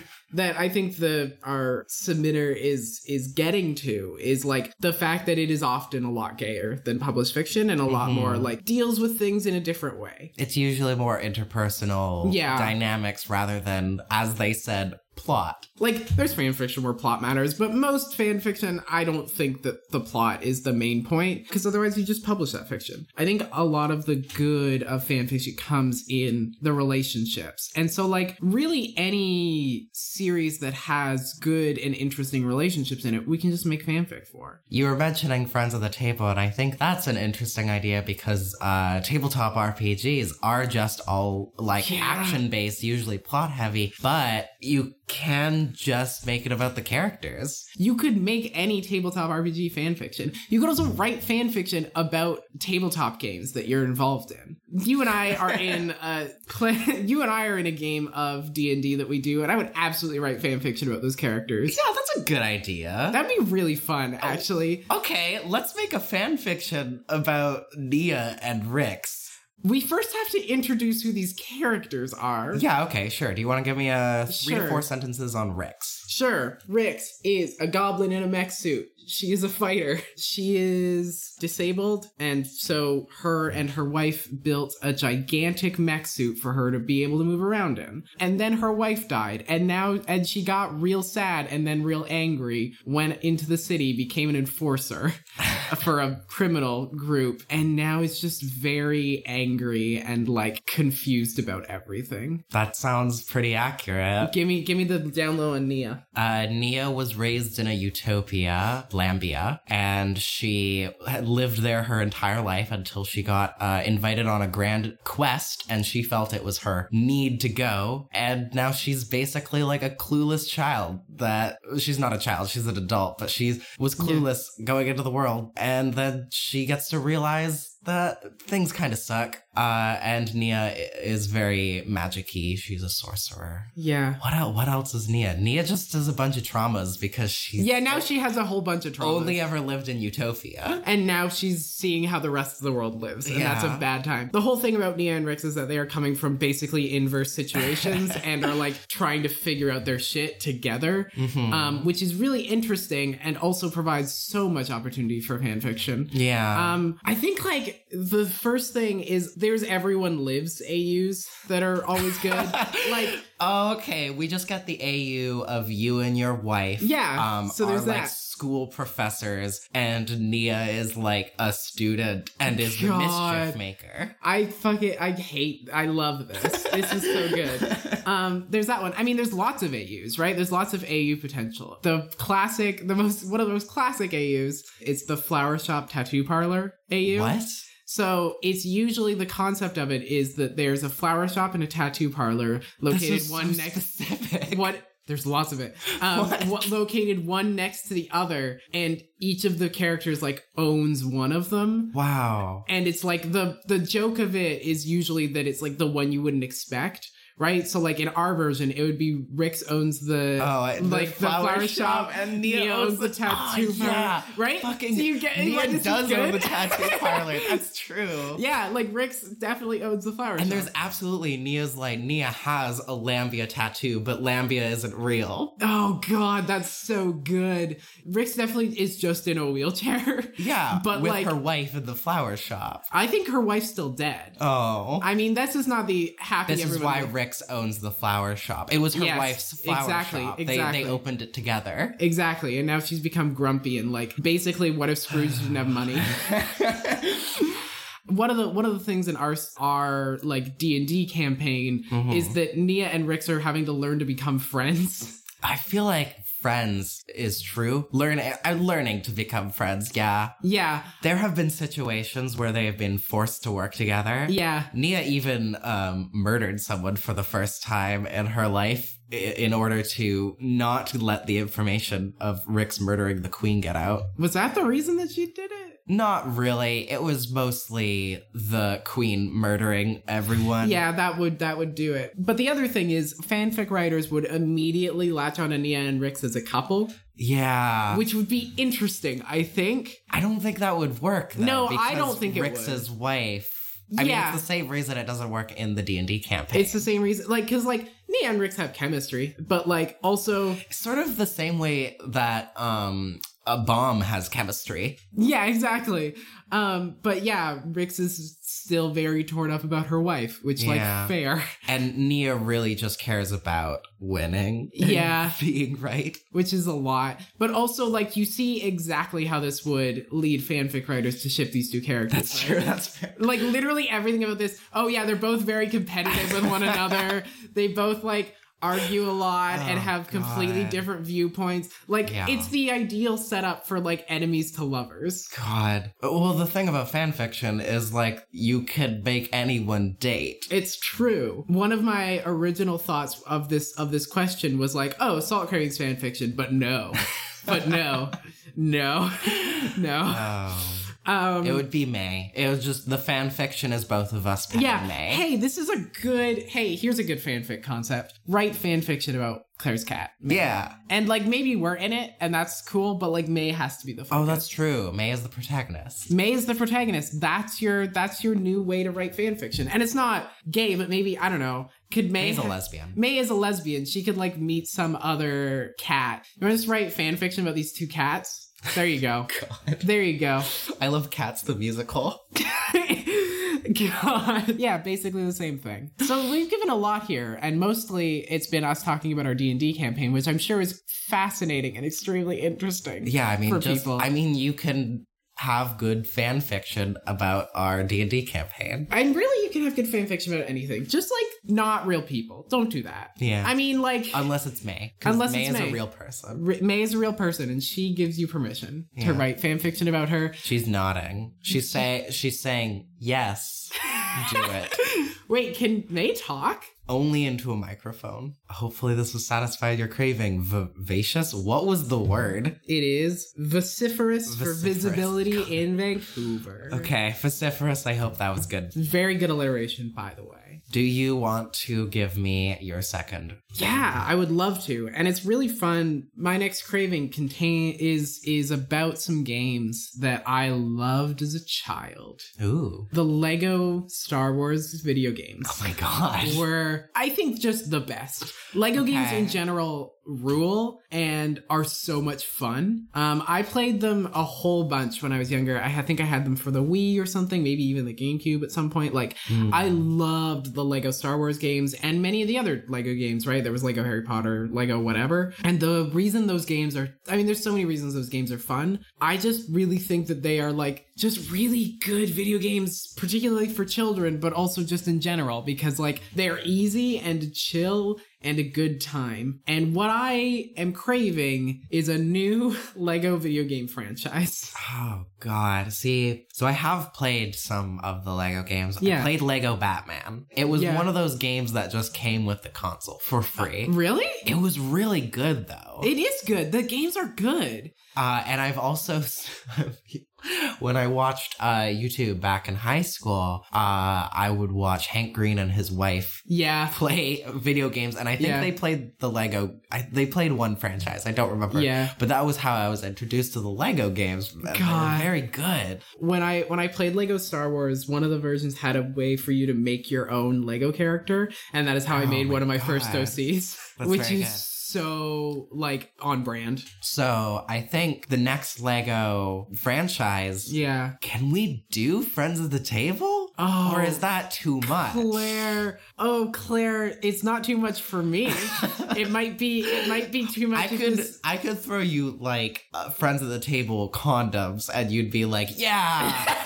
Speaker 2: that I think the our submitter is is getting to is like the fact that it is often a lot gayer than published fiction and a lot
Speaker 1: Mhm.
Speaker 2: more like deals with things in a different way.
Speaker 1: It's usually more interpersonal
Speaker 2: Yeah.
Speaker 1: dynamics rather than, as they said, plot.
Speaker 2: Like there's fan fiction where plot matters, but most fan fiction I don't think that the plot is the main point because otherwise you just publish that fiction. I think a lot of the good of fan fiction comes in the relationships. And so like really any series that has good and interesting relationships in it, we can just make fanfic for.
Speaker 1: You were mentioning Friends at the Table, and I think that's an interesting idea because uh, tabletop RPGs are just all like
Speaker 2: Yeah.
Speaker 1: action based, usually plot heavy, but you can just make it about the characters.
Speaker 2: You could make any tabletop RPG fan fiction. You could also write fan fiction about tabletop games that you're involved in. You and I are in a play- you and I are in a game of D and D that we do, and I would absolutely write fan fiction about those characters.
Speaker 1: Yeah, that's a good idea.
Speaker 2: That'd be really fun, actually.
Speaker 1: Okay, let's make a fan fiction about Nia and Rix.
Speaker 2: We first have to introduce who these characters are.
Speaker 1: Yeah, okay, sure. Do you want to give me a three
Speaker 2: Sure.
Speaker 1: to four sentences on Rix?
Speaker 2: Sure, Rix is a goblin in a mech suit. She is a fighter. She is disabled, and so her and her wife built a gigantic mech suit for her to be able to move around in. And then her wife died, and now and she got real sad and then real angry, went into the city, became an enforcer for a criminal group, and now is just very angry and like confused about everything.
Speaker 1: That sounds pretty accurate.
Speaker 2: Give me give me the down low on Nia.
Speaker 1: Uh, Nia was raised in a utopia, Lambia, and she had lived there her entire life until she got uh, invited on a grand quest and she felt it was her need to go. And now she's basically like a clueless child that she's not a child, she's an adult, but she was clueless going into the world. And then she gets to realize that things kind of suck. Uh, and Nia i- is very magic y. She's a sorcerer.
Speaker 2: Yeah.
Speaker 1: What else, what else is Nia? Nia just does a bunch of traumas because she's
Speaker 2: Yeah, now she has a whole bunch of traumas.
Speaker 1: only ever lived in Utopia.
Speaker 2: and now she's seeing how the rest of the world lives, and that's a
Speaker 1: Yeah.
Speaker 2: bad time. The whole thing about Nia and Rix is that they are coming from basically inverse situations and are like trying to figure out their shit together,
Speaker 1: Mhm.
Speaker 2: um, which is really interesting and also provides so much opportunity for fanfiction.
Speaker 1: yeah.
Speaker 2: Um, I think like the first thing is there's everyone lives AUs that are always good. like,
Speaker 1: okay, we just got the AU of you and your wife.
Speaker 2: yeah.
Speaker 1: Um,
Speaker 2: so there's
Speaker 1: are,
Speaker 2: that.
Speaker 1: like school professors, and Nia is like a student and is the
Speaker 2: Oh God.
Speaker 1: mischief maker.
Speaker 2: I fucking I hate I love this. This is so good. Um there's that one. I mean there's lots of AUs, right? There's lots of AU potential. The classic the most one of the most classic AUs is the flower shop tattoo parlor AU.
Speaker 1: What?
Speaker 2: So it's usually the concept of it is that there's a flower shop and a tattoo parlor located
Speaker 1: is so
Speaker 2: one next
Speaker 1: specific.
Speaker 2: what there's lots of it um,
Speaker 1: What?
Speaker 2: what located one next to the other and each of the characters like owns one of them
Speaker 1: Wow.
Speaker 2: and it's like the the joke of it is usually that it's like the one you wouldn't expect right so like in our version it would be Rix owns the
Speaker 1: Oh, I- the
Speaker 2: like the flower,
Speaker 1: flower
Speaker 2: shop,
Speaker 1: shop and Nia
Speaker 2: owns
Speaker 1: owns
Speaker 2: the
Speaker 1: the-
Speaker 2: tattoo
Speaker 1: Oh,
Speaker 2: parlor,
Speaker 1: yeah.
Speaker 2: right
Speaker 1: Fucking
Speaker 2: so you get yeah,
Speaker 1: Nia
Speaker 2: this
Speaker 1: does
Speaker 2: is good.
Speaker 1: own the tattoo parlor. That's true.
Speaker 2: yeah like Rix definitely owns the flower
Speaker 1: And
Speaker 2: shop
Speaker 1: there's absolutely Nia's like Nia has a Lambia tattoo, but Lambia isn't real.
Speaker 2: oh god that's so good Rix definitely is just in a wheelchair
Speaker 1: Yeah,
Speaker 2: But,
Speaker 1: with
Speaker 2: like-
Speaker 1: her wife in the flower shop.
Speaker 2: I think her wife's still dead
Speaker 1: Oh,
Speaker 2: I mean this is not the happy
Speaker 1: this is
Speaker 2: everyone
Speaker 1: why Rix owns the flower shop. It was her
Speaker 2: Yes,
Speaker 1: wife's flower
Speaker 2: exactly,
Speaker 1: shop.
Speaker 2: exactly.
Speaker 1: They they opened it together.
Speaker 2: Exactly. And now she's become grumpy and like basically what if Scrooge didn't have money? One of the one of the things in our our like D and D campaign
Speaker 1: Mhm.
Speaker 2: is that Nia and Rix are having to learn to become friends.
Speaker 1: I feel like friends is true. Learn I'm learning to become friends. Yeah,
Speaker 2: yeah,
Speaker 1: there have been situations where they have been forced to work together.
Speaker 2: yeah,
Speaker 1: Nia even um, murdered someone for the first time in her life i- in order to not let the information of Rick's murdering the queen get out.
Speaker 2: Was that the reason that she did it?
Speaker 1: Not really. It was mostly the queen murdering everyone.
Speaker 2: Yeah, that would that would do it. But the other thing is, fanfic writers would immediately latch on to Nia and Rix as a couple,
Speaker 1: Yeah.
Speaker 2: which would be interesting. I think.
Speaker 1: I don't think that would work. Though,
Speaker 2: No, I
Speaker 1: because
Speaker 2: don't think it would.
Speaker 1: Rix's wife. I
Speaker 2: Yeah.
Speaker 1: mean, it's the same reason it doesn't work in the D and D campaign.
Speaker 2: It's the same reason, like, because like Nia and Rix have chemistry, but like also,
Speaker 1: It's sort of the same way that um, a bomb has chemistry.
Speaker 2: yeah, exactly. Um, but yeah, Rix is still very torn up about her wife, which
Speaker 1: Yeah.
Speaker 2: like fair,
Speaker 1: And Nia really just cares about winning. and
Speaker 2: Yeah.
Speaker 1: being right.
Speaker 2: which is a lot. But also, like, you see exactly how this would lead fanfic writers to ship these two characters.
Speaker 1: That's true. That's fair.
Speaker 2: like literally everything about this. Oh yeah, they're both very competitive with one another. They both like argue a lot and
Speaker 1: Oh,
Speaker 2: have completely
Speaker 1: God.
Speaker 2: different viewpoints. Like
Speaker 1: Yeah.
Speaker 2: it's the ideal setup for like enemies to lovers.
Speaker 1: God. Well, the thing about fan fiction is like you could make anyone date.
Speaker 2: It's true. One of my original thoughts of this of this question was like, oh, salt cravings fan fiction, but no. But no. no. No.
Speaker 1: Oh.
Speaker 2: Um
Speaker 1: It would be May. It was just the fan fiction is both of us. Penny
Speaker 2: yeah.
Speaker 1: May.
Speaker 2: Hey, this is a good. Hey, here's a good fanfic concept. Write fanfiction about Claire's cat.
Speaker 1: Yeah.
Speaker 2: And like maybe we're in it, and that's cool. But like May has to be the
Speaker 1: Oh,
Speaker 2: focus.
Speaker 1: that's true. May is the protagonist.
Speaker 2: May is the protagonist. That's your that's your new way to write fan fiction. And it's not gay, but maybe I don't know. Could May
Speaker 1: May's a
Speaker 2: ha-
Speaker 1: lesbian.
Speaker 2: May is a lesbian. She could like meet some other cat. You want to just write fan fiction about these two cats? There you go. There you go.
Speaker 1: I love Cats the musical.
Speaker 2: God. Yeah, basically the same thing. So we've given a lot here, and mostly it's been us talking about our D and D campaign, which I'm sure is fascinating and extremely interesting.
Speaker 1: Yeah, I mean,
Speaker 2: For
Speaker 1: just
Speaker 2: people.
Speaker 1: I mean, you can have good fan fiction about our D and D campaign.
Speaker 2: And really, you can have good fan fiction about anything, just like not real people. Don't do that.
Speaker 1: Yeah. Uh,
Speaker 2: I mean, like
Speaker 1: Unless it's May. 'cause
Speaker 2: Unless
Speaker 1: May
Speaker 2: it's
Speaker 1: is
Speaker 2: May.
Speaker 1: a real person.
Speaker 2: R- May is a real person, and she gives you permission
Speaker 1: Yeah.
Speaker 2: to write fan fiction about her.
Speaker 1: She's nodding. She's say she's saying yes. Do it
Speaker 2: Wait, can May talk?
Speaker 1: only into a microphone. Hopefully, this will satisfy your craving. Vivacious. What was the word?
Speaker 2: It is vociferous,
Speaker 1: Vociferous.
Speaker 2: for visibility in Vancouver.
Speaker 1: Okay, vociferous. I hope that was good.
Speaker 2: Very good alliteration, by the way.
Speaker 1: Do you want to give me your second?
Speaker 2: Yeah, I would love to. And it's really fun. My next craving contain is is about some games that I loved as a child.
Speaker 1: Ooh.
Speaker 2: The Lego Star Wars video games
Speaker 1: Oh my gosh.
Speaker 2: were I think just the best. Lego games
Speaker 1: Okay.
Speaker 2: in general rule and are so much fun. Um I played them a whole bunch when I was younger. I ha- think I had them for the Wii or something, maybe even the GameCube at some point. Like
Speaker 1: Mm.
Speaker 2: I loved the Lego Star Wars games and many of the other Lego games, right? There was Lego Harry Potter, Lego whatever. And the reason those games are, I mean, there's so many reasons those games are fun. I just really think that they are like just really good video games, particularly for children, but also just in general, because like they're easy and chill and a good time. And what I am craving is a new Lego video game franchise.
Speaker 1: Oh god. See, so I have played some of the Lego games.
Speaker 2: Yeah.
Speaker 1: I played Lego Batman. It was
Speaker 2: Yeah. Uh,
Speaker 1: one of those games that just came with the console for free.
Speaker 2: Really?
Speaker 1: it was really good though.
Speaker 2: It is good. The games are good.
Speaker 1: uh, and I've also when I watched uh, YouTube back in high school, uh, I would watch Hank Green and his wife
Speaker 2: Yeah.
Speaker 1: play video games and I think
Speaker 2: Yeah.
Speaker 1: they played the Lego I, they played one franchise. I don't remember.
Speaker 2: Yeah.
Speaker 1: But that was how I was introduced to the Lego games. and they were
Speaker 2: God.
Speaker 1: very good.
Speaker 2: when I when I played Lego Star Wars, one of the versions had a way for you to make your own Lego character, and that is how I
Speaker 1: Oh
Speaker 2: made
Speaker 1: my
Speaker 2: one of my first
Speaker 1: God.
Speaker 2: OCs,
Speaker 1: That's
Speaker 2: which
Speaker 1: very
Speaker 2: is
Speaker 1: good.
Speaker 2: so like on brand.
Speaker 1: So I think the next Lego franchise.
Speaker 2: Yeah.
Speaker 1: Can we do Friends of the Table?
Speaker 2: Oh,
Speaker 1: or is that too much?
Speaker 2: Claire? Oh, Claire, it's not too much for me. it might be. It might be too much.
Speaker 1: I
Speaker 2: if
Speaker 1: could
Speaker 2: it's-
Speaker 1: I could throw you like uh, Friends of the Table condoms, and you'd be like, yeah.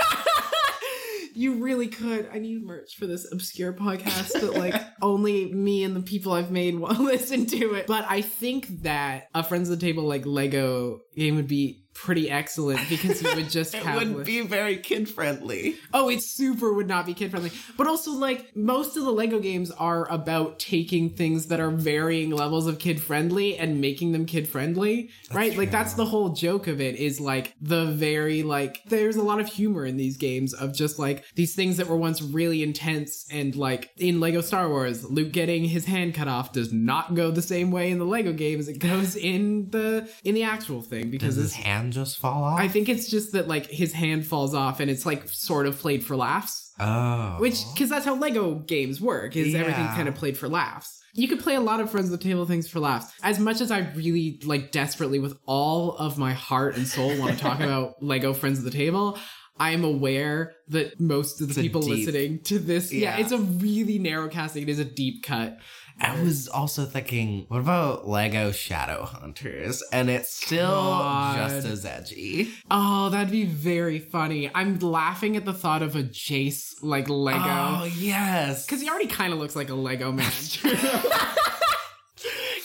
Speaker 2: You really could. I need merch for this obscure podcast that like only me and the people I've made will listen to it. But I think that a friends of the table like Lego game would be pretty excellent because you would just
Speaker 1: It
Speaker 2: have
Speaker 1: would
Speaker 2: like-
Speaker 1: be very kid friendly.
Speaker 2: oh it super would not be kid friendly but also like most of the lego games are about taking things that are varying levels of kid friendly and making them kid friendly right like that's the whole joke of it is like the very like there's a lot of humor in these games of just like these things that were once really intense and like in lego star wars luke getting his hand cut off does not go the same way in the lego game as it goes in the in the actual thing because
Speaker 1: Does
Speaker 2: it's
Speaker 1: his hand just fall off?
Speaker 2: I think it's just that like his hand falls off and it's like sort of played for laughs,
Speaker 1: oh.
Speaker 2: which because that's how Lego games work is everything's
Speaker 1: Yeah.
Speaker 2: kind of played for laughs. You could play a lot of friends at the table things for laughs. As much as I really like desperately with all of my heart and soul want to talk about Lego friends at the table, I am aware that most of the
Speaker 1: a
Speaker 2: people
Speaker 1: deep-
Speaker 2: listening to this, yeah.
Speaker 1: Yeah.
Speaker 2: it's a really narrow casting. It is a deep cut.
Speaker 1: I was also thinking, what about Lego Shadow Hunters? And it's still
Speaker 2: God.
Speaker 1: just as edgy.
Speaker 2: Oh, that'd be very funny. I'm laughing at the thought of a Jace like Lego.
Speaker 1: Oh yes,
Speaker 2: Because he already kind of looks like a Lego man.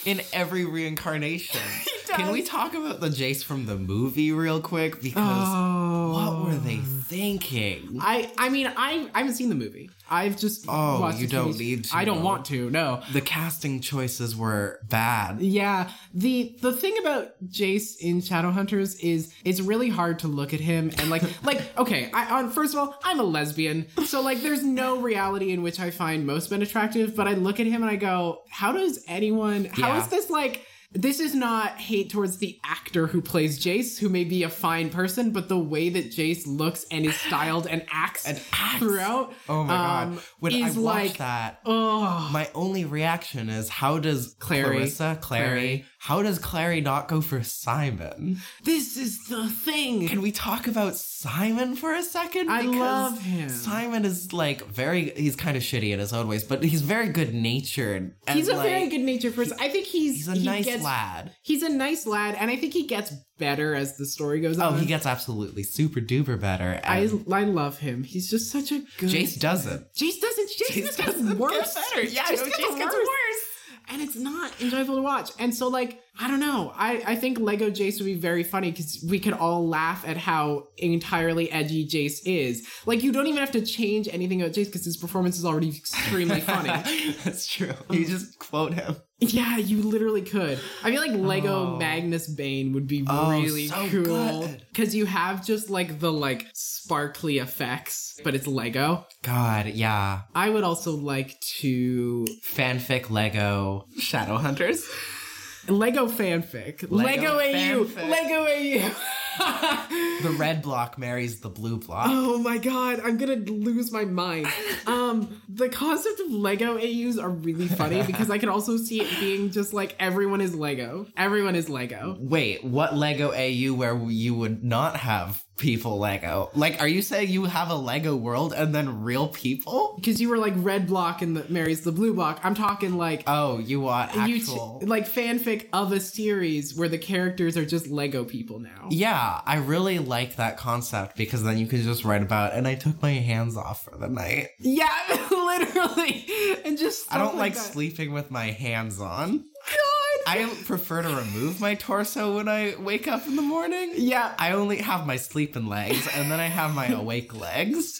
Speaker 1: in every reincarnation.
Speaker 2: does.
Speaker 1: Can we talk about the Jace from the movie real quick? Because what were they
Speaker 2: Oh.
Speaker 1: thinking?
Speaker 2: I, I mean, I, I haven't seen the movie. I've just.
Speaker 1: Oh,
Speaker 2: watched
Speaker 1: you
Speaker 2: the
Speaker 1: don't
Speaker 2: TV
Speaker 1: need to.
Speaker 2: I don't want to, no.
Speaker 1: The casting choices were bad.
Speaker 2: Yeah, the the thing about Jace in Shadowhunters is it's really hard to look at him and like like okay, I on first of all, I'm a lesbian. So like there's no reality in which I find most men attractive, but I look at him and I go, how does anyone how
Speaker 1: Yeah.
Speaker 2: is this like this is not hate towards the actor who plays Jace, who may be a fine person, but the way that Jace looks and is styled and acts,
Speaker 1: And acts.
Speaker 2: throughout,
Speaker 1: Oh my
Speaker 2: um,
Speaker 1: god! When I
Speaker 2: is
Speaker 1: watched
Speaker 2: like,
Speaker 1: that,
Speaker 2: oh,
Speaker 1: my only reaction is, how does
Speaker 2: Clary.
Speaker 1: Clarissa, Clary,
Speaker 2: Clary.
Speaker 1: how does Clary not go for Simon?
Speaker 2: this is the thing.
Speaker 1: Can we talk about Simon for a second?
Speaker 2: I love him.
Speaker 1: Simon is like very, he's kind of shitty in his own ways, but he's very good natured.
Speaker 2: He's a very good natured person. I think he's
Speaker 1: He's a
Speaker 2: he
Speaker 1: nice
Speaker 2: gets-
Speaker 1: lad.
Speaker 2: He's a nice lad, and I think he gets better as the story goes
Speaker 1: Oh,
Speaker 2: on.
Speaker 1: he gets absolutely super duper better.
Speaker 2: I,
Speaker 1: And
Speaker 2: I love him. He's just such a good.
Speaker 1: Jace doesn't.
Speaker 2: Jace doesn't. Jace,
Speaker 1: Jace
Speaker 2: just gets
Speaker 1: doesn't get
Speaker 2: worse.
Speaker 1: better. Yeah,
Speaker 2: Jace
Speaker 1: no,
Speaker 2: gets,
Speaker 1: Jace gets
Speaker 2: worse. and it's not enjoyable to watch. And so, like, I don't know. I I think Lego Jace would be very funny because we could all laugh at how entirely edgy Jace is. Like, you don't even have to change anything about Jace because his performance is already extremely funny.
Speaker 1: That's true. You just quote him.
Speaker 2: Yeah, you literally could. I feel like Lego
Speaker 1: Oh.
Speaker 2: Magnus Bane would be
Speaker 1: Oh,
Speaker 2: really
Speaker 1: so
Speaker 2: cool
Speaker 1: good.
Speaker 2: because you have just like the like sparkly effects, but it's Lego.
Speaker 1: God, yeah.
Speaker 2: I would also like to
Speaker 1: Fanfic Lego Shadowhunters.
Speaker 2: Lego fanfic,
Speaker 1: Lego
Speaker 2: Lego, AU,
Speaker 1: fanfic.
Speaker 2: Lego AU.
Speaker 1: The red block marries the blue block.
Speaker 2: Oh my god, I'm gonna lose my mind. Um, the concept of Lego AUs are really funny because I can also see it being just like everyone is Lego. Everyone is Lego.
Speaker 1: Wait, what Lego AU where you would not have people Lego? Like, are you saying you have a Lego world and then real people?
Speaker 2: because you were like red block and the marries the blue block. I'm talking like
Speaker 1: Oh, you want
Speaker 2: you t-
Speaker 1: actual?
Speaker 2: like fanfic of a series where the characters are just Lego people now.
Speaker 1: yeah, I really like that concept because then you could just write about. And I took my hands off for the night.
Speaker 2: Yeah, literally, and just
Speaker 1: I
Speaker 2: stuff
Speaker 1: don't like
Speaker 2: that.
Speaker 1: sleeping with my hands on.
Speaker 2: God.
Speaker 1: I prefer to remove my torso when I wake up in the morning.
Speaker 2: yeah,
Speaker 1: I only have my sleeping legs, and then I have my awake legs.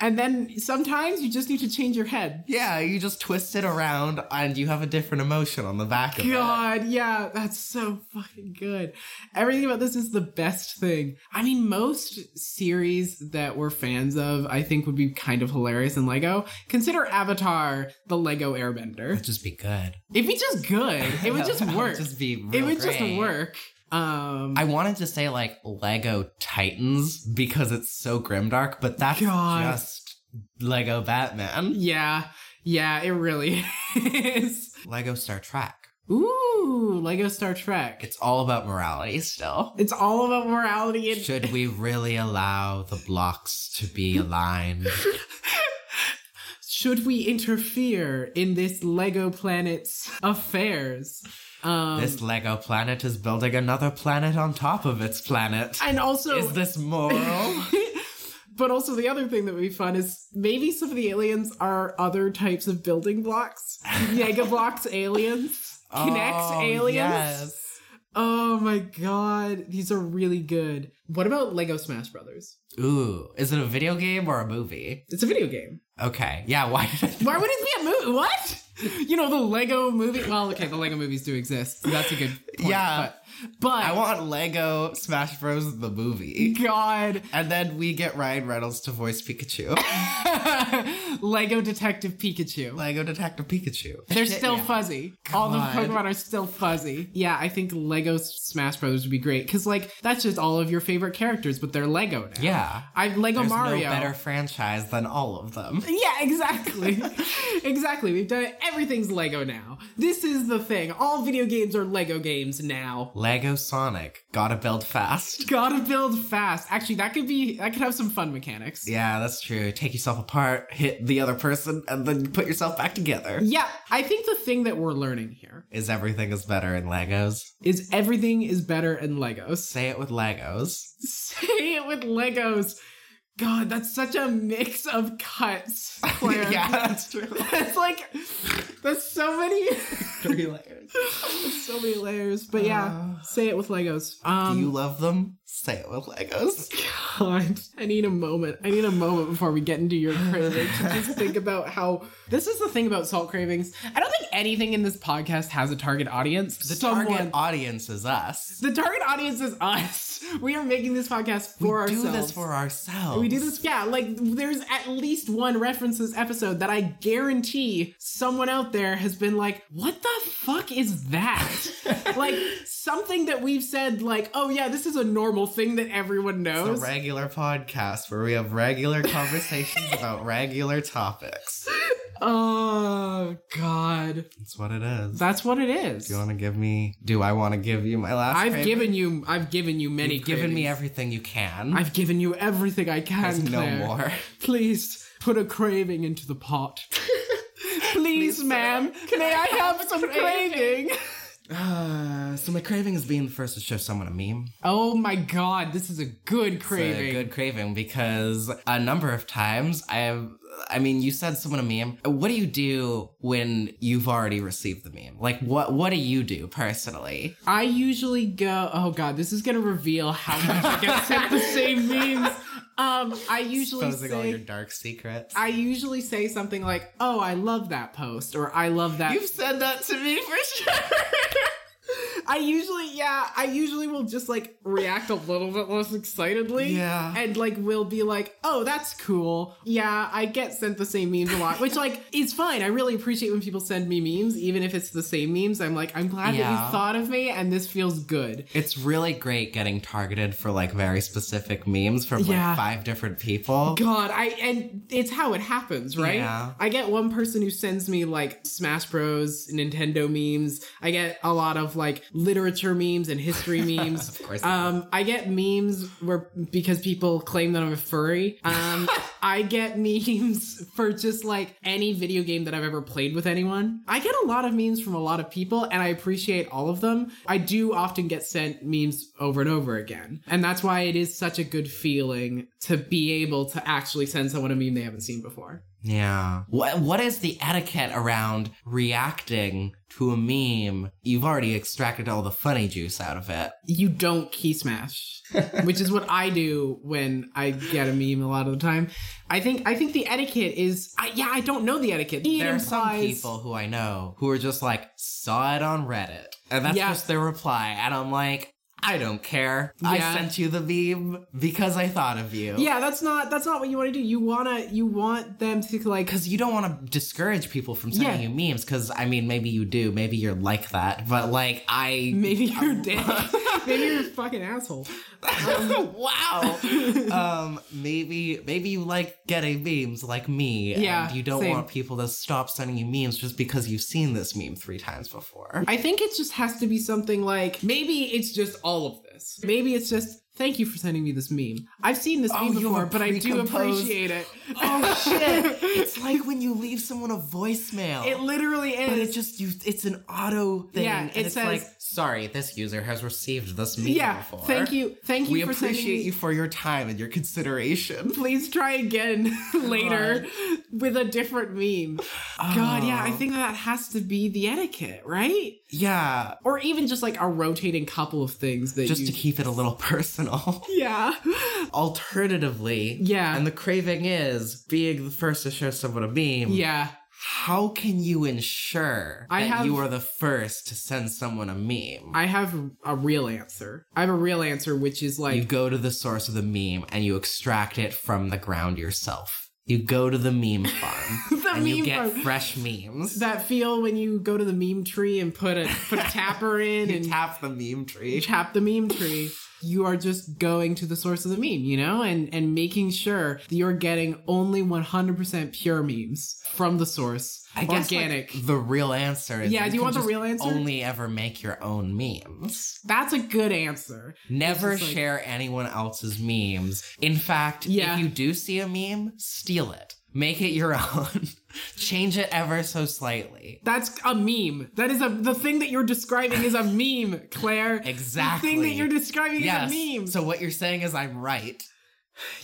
Speaker 2: and then sometimes you just need to change your head.
Speaker 1: Yeah, you just twist it around, and you have a different emotion on the back of it.
Speaker 2: God, yeah, that's so fucking good. Everything about this is the best thing. I mean, most series that we're fans of, I think, would be kind of hilarious in Lego. Consider Avatar, the Lego Airbender.
Speaker 1: It'd just be good.
Speaker 2: It'd be just good. It would just
Speaker 1: That
Speaker 2: work.
Speaker 1: just be.
Speaker 2: it
Speaker 1: real
Speaker 2: would just
Speaker 1: great.
Speaker 2: work. Um,
Speaker 1: I wanted to say like Lego Titans because it's so grimdark, but that's
Speaker 2: God.
Speaker 1: just Lego Batman,
Speaker 2: yeah, yeah, it really is.
Speaker 1: Lego Star Trek.
Speaker 2: Ooh, Lego Star Trek.
Speaker 1: It's all about morality still.
Speaker 2: It's all about morality and
Speaker 1: Should we really allow the blocks to be aligned?
Speaker 2: should we interfere in this Lego planet's affairs? Um,
Speaker 1: this Lego planet is building another planet on top of its planet.
Speaker 2: and also
Speaker 1: Is this moral?
Speaker 2: But also the other thing that would be fun is maybe some of the aliens are other types of building blocks. Mega blocks aliens. Connect
Speaker 1: Oh,
Speaker 2: aliens.
Speaker 1: Yes.
Speaker 2: Oh my god, these are really good. What about Lego Smash Brothers?
Speaker 1: Ooh, is it a video game or a movie?
Speaker 2: It's a video game.
Speaker 1: Okay, yeah. Why did I think
Speaker 2: Why would it be a movie? What? You know the Lego movie. Well, okay, the Lego movies do exist. That's a good. Point,
Speaker 1: Yeah.
Speaker 2: but, but
Speaker 1: I want Lego Smash Bros. the movie.
Speaker 2: God,
Speaker 1: And then we get Ryan Reynolds to voice Pikachu.
Speaker 2: Lego Detective Pikachu.
Speaker 1: Lego Detective Pikachu.
Speaker 2: They're
Speaker 1: Shit,
Speaker 2: still
Speaker 1: yeah.
Speaker 2: fuzzy. All the
Speaker 1: God.
Speaker 2: Pokemon are still fuzzy. Yeah, I think Lego Smash Brothers would be great because like that's just all of your favorite characters, but they're Lego now.
Speaker 1: Yeah.
Speaker 2: I Lego
Speaker 1: There's
Speaker 2: Mario.
Speaker 1: no better franchise than all of them.
Speaker 2: Yeah, exactly. exactly. We've done it. Everything's Lego now. This is the thing. All video games are Lego games now.
Speaker 1: Lego Sonic. Gotta build fast.
Speaker 2: Gotta build fast. Actually, that could be, that could have some fun mechanics.
Speaker 1: Yeah, that's true. Take yourself apart, hit the other person, and then put yourself back together.
Speaker 2: Yeah, I think the thing that we're learning here
Speaker 1: Is everything is better in Legos?
Speaker 2: is everything is better in Legos.
Speaker 1: Say it with Legos.
Speaker 2: Say it with Legos. God, that's such a mix of cuts. Claire.
Speaker 1: yeah, that's true.
Speaker 2: That's like, that's so many,
Speaker 1: Three layers.
Speaker 2: so many layers. But yeah,
Speaker 1: Uh,
Speaker 2: say it with Legos. Um,
Speaker 1: Do you love them? Say it with Legos.
Speaker 2: God, I need a moment. I need a moment before we get into your craving to just think about how this is the thing about salt cravings. I don't think anything in this podcast has a target audience.
Speaker 1: The
Speaker 2: Someone-
Speaker 1: target audience is us.
Speaker 2: the target audience is us. We are making this podcast for
Speaker 1: we
Speaker 2: ourselves.
Speaker 1: do this for ourselves.
Speaker 2: we do this, yeah. Like, there's at least one reference this episode that I guarantee someone out there has been like, "What the fuck is that?" like something that we've said, like, "Oh yeah, this is a normal thing that everyone
Speaker 1: It's a
Speaker 2: knows."
Speaker 1: regular podcast where we have regular conversations about regular topics.
Speaker 2: Oh God,
Speaker 1: That's what it is.
Speaker 2: that's what it is.
Speaker 1: Do you want to give me? Do I want to give you my last?
Speaker 2: I've
Speaker 1: craving?
Speaker 2: given you, I've given you many.
Speaker 1: You've given me
Speaker 2: cravings.
Speaker 1: everything you can.
Speaker 2: I've given you everything I can.
Speaker 1: There's no
Speaker 2: Claire.
Speaker 1: more.
Speaker 2: Please put a craving into the pot. Please, ma'am, may I have some craving?
Speaker 1: Uh, so my craving is being the first to show someone a meme.
Speaker 2: Oh my God, this is a good craving.
Speaker 1: It's a good craving because a number of times I have. I mean, you send someone a meme. What do you do when you've already received the meme? Like, what what do you do personally?
Speaker 2: I usually go. Oh God, this is gonna reveal how much I get sent the same memes. Um, I usually
Speaker 1: Exposing all
Speaker 2: say-
Speaker 1: your dark secrets.
Speaker 2: I usually say something like, "Oh, I love that post," or "I love that."
Speaker 1: You've said that to me for sure.
Speaker 2: I usually, yeah, I usually will just like react a little bit less excitedly,
Speaker 1: Yeah.
Speaker 2: and like will be like, "Oh, that's cool." Yeah, I get sent the same memes a lot, which like is fine. I really appreciate when people send me memes, even if it's the same memes. I'm like, I'm glad that
Speaker 1: Yeah.
Speaker 2: you thought of me, and this feels good.
Speaker 1: It's really great getting targeted for like very specific memes from like
Speaker 2: Yeah.
Speaker 1: five different people.
Speaker 2: God, I and it's how it happens, right?
Speaker 1: Yeah.
Speaker 2: I get one person who sends me like Smash Bros, Nintendo memes. I get a lot of like literature memes and history memes.
Speaker 1: Of course.
Speaker 2: Um, I get memes where because people claim that I'm a furry. Um, I get memes for just like any video game that I've ever played with anyone. I get a lot of memes from a lot of people, and I appreciate all of them. I do often get sent memes over and over again, and that's why it is such a good feeling to be able to actually send someone a meme they haven't seen before.
Speaker 1: Yeah. What what is the etiquette around reacting to a meme? You've already extracted all the funny juice out of it.
Speaker 2: you don't key smash, which is what I do when I get a meme a lot of the time. I think I think the etiquette is I, yeah I don't know the etiquette. It
Speaker 1: There are some
Speaker 2: implies-
Speaker 1: people who I know who are just like saw it on Reddit, and that's
Speaker 2: Yeah.
Speaker 1: just their reply. And I'm like, I don't care. I
Speaker 2: Yeah.
Speaker 1: sent you the meme because I thought of you.
Speaker 2: Yeah, that's not that's not what you want to do. You wanna you want them to like
Speaker 1: Because you don't want to discourage people from sending
Speaker 2: Yeah.
Speaker 1: you memes. Because I mean, maybe you do. Maybe you're like that. But like, I
Speaker 2: maybe you're dead, maybe you're a fucking asshole.
Speaker 1: wow. um, maybe maybe you like getting memes like me.
Speaker 2: Yeah,
Speaker 1: And you don't
Speaker 2: same.
Speaker 1: want people to stop sending you memes just because you've seen this meme three times before.
Speaker 2: I think it just has to be something like maybe it's just all of this. Maybe it's just Thank you for sending me this meme. I've seen this
Speaker 1: Oh,
Speaker 2: meme
Speaker 1: you have a
Speaker 2: before, but I do
Speaker 1: pre-composed-
Speaker 2: appreciate it.
Speaker 1: Oh shit! it's like when you leave someone a voicemail.
Speaker 2: it literally is.
Speaker 1: but it just you it's an auto thing.
Speaker 2: Yeah,
Speaker 1: and
Speaker 2: it
Speaker 1: it's
Speaker 2: says-
Speaker 1: like sorry, this user has received this meme
Speaker 2: yeah.
Speaker 1: before.
Speaker 2: Thank you. Thank you
Speaker 1: We
Speaker 2: for sending me-
Speaker 1: appreciate you for your time and your consideration.
Speaker 2: Please try again later with a different meme. God, yeah,
Speaker 1: Oh.
Speaker 2: I think that has to be the etiquette, right?
Speaker 1: Yeah,
Speaker 2: Or even just like a rotating couple of things that
Speaker 1: just
Speaker 2: you
Speaker 1: to keep it a little personal.
Speaker 2: Yeah.
Speaker 1: Alternatively,
Speaker 2: Yeah.
Speaker 1: and the craving is being the first to show someone a meme.
Speaker 2: yeah.
Speaker 1: How can you ensure
Speaker 2: I
Speaker 1: that
Speaker 2: have-
Speaker 1: you are the first to send someone a meme?
Speaker 2: I have a real answer. I have a real answer which is
Speaker 1: You
Speaker 2: like
Speaker 1: go to the source of the meme and you extract it from the ground yourself. You go to the meme farm
Speaker 2: The
Speaker 1: and you
Speaker 2: meme
Speaker 1: get
Speaker 2: farm.
Speaker 1: fresh memes.
Speaker 2: that feel when you go to the meme tree and put a put a tapper in
Speaker 1: you
Speaker 2: and
Speaker 1: tap the meme tree.
Speaker 2: tap the meme tree. You are just going to the source of the meme, you know, and and making sure that you're getting only 100% pure memes from the source,
Speaker 1: guess, like,
Speaker 2: organic.
Speaker 1: the real answer is
Speaker 2: Yeah, do you
Speaker 1: can
Speaker 2: want the
Speaker 1: just
Speaker 2: real answer?
Speaker 1: Only ever make your own memes.
Speaker 2: That's a good answer.
Speaker 1: Never
Speaker 2: just like-
Speaker 1: share anyone else's memes. In fact,
Speaker 2: Yeah.
Speaker 1: if you do see a meme, steal it. Make it your own. Change it ever so slightly.
Speaker 2: That's a meme. That is a the thing that you're describing is a meme, Claire.
Speaker 1: Exactly.
Speaker 2: The thing that you're describing
Speaker 1: Yes.
Speaker 2: is a meme.
Speaker 1: So what you're saying is I'm right.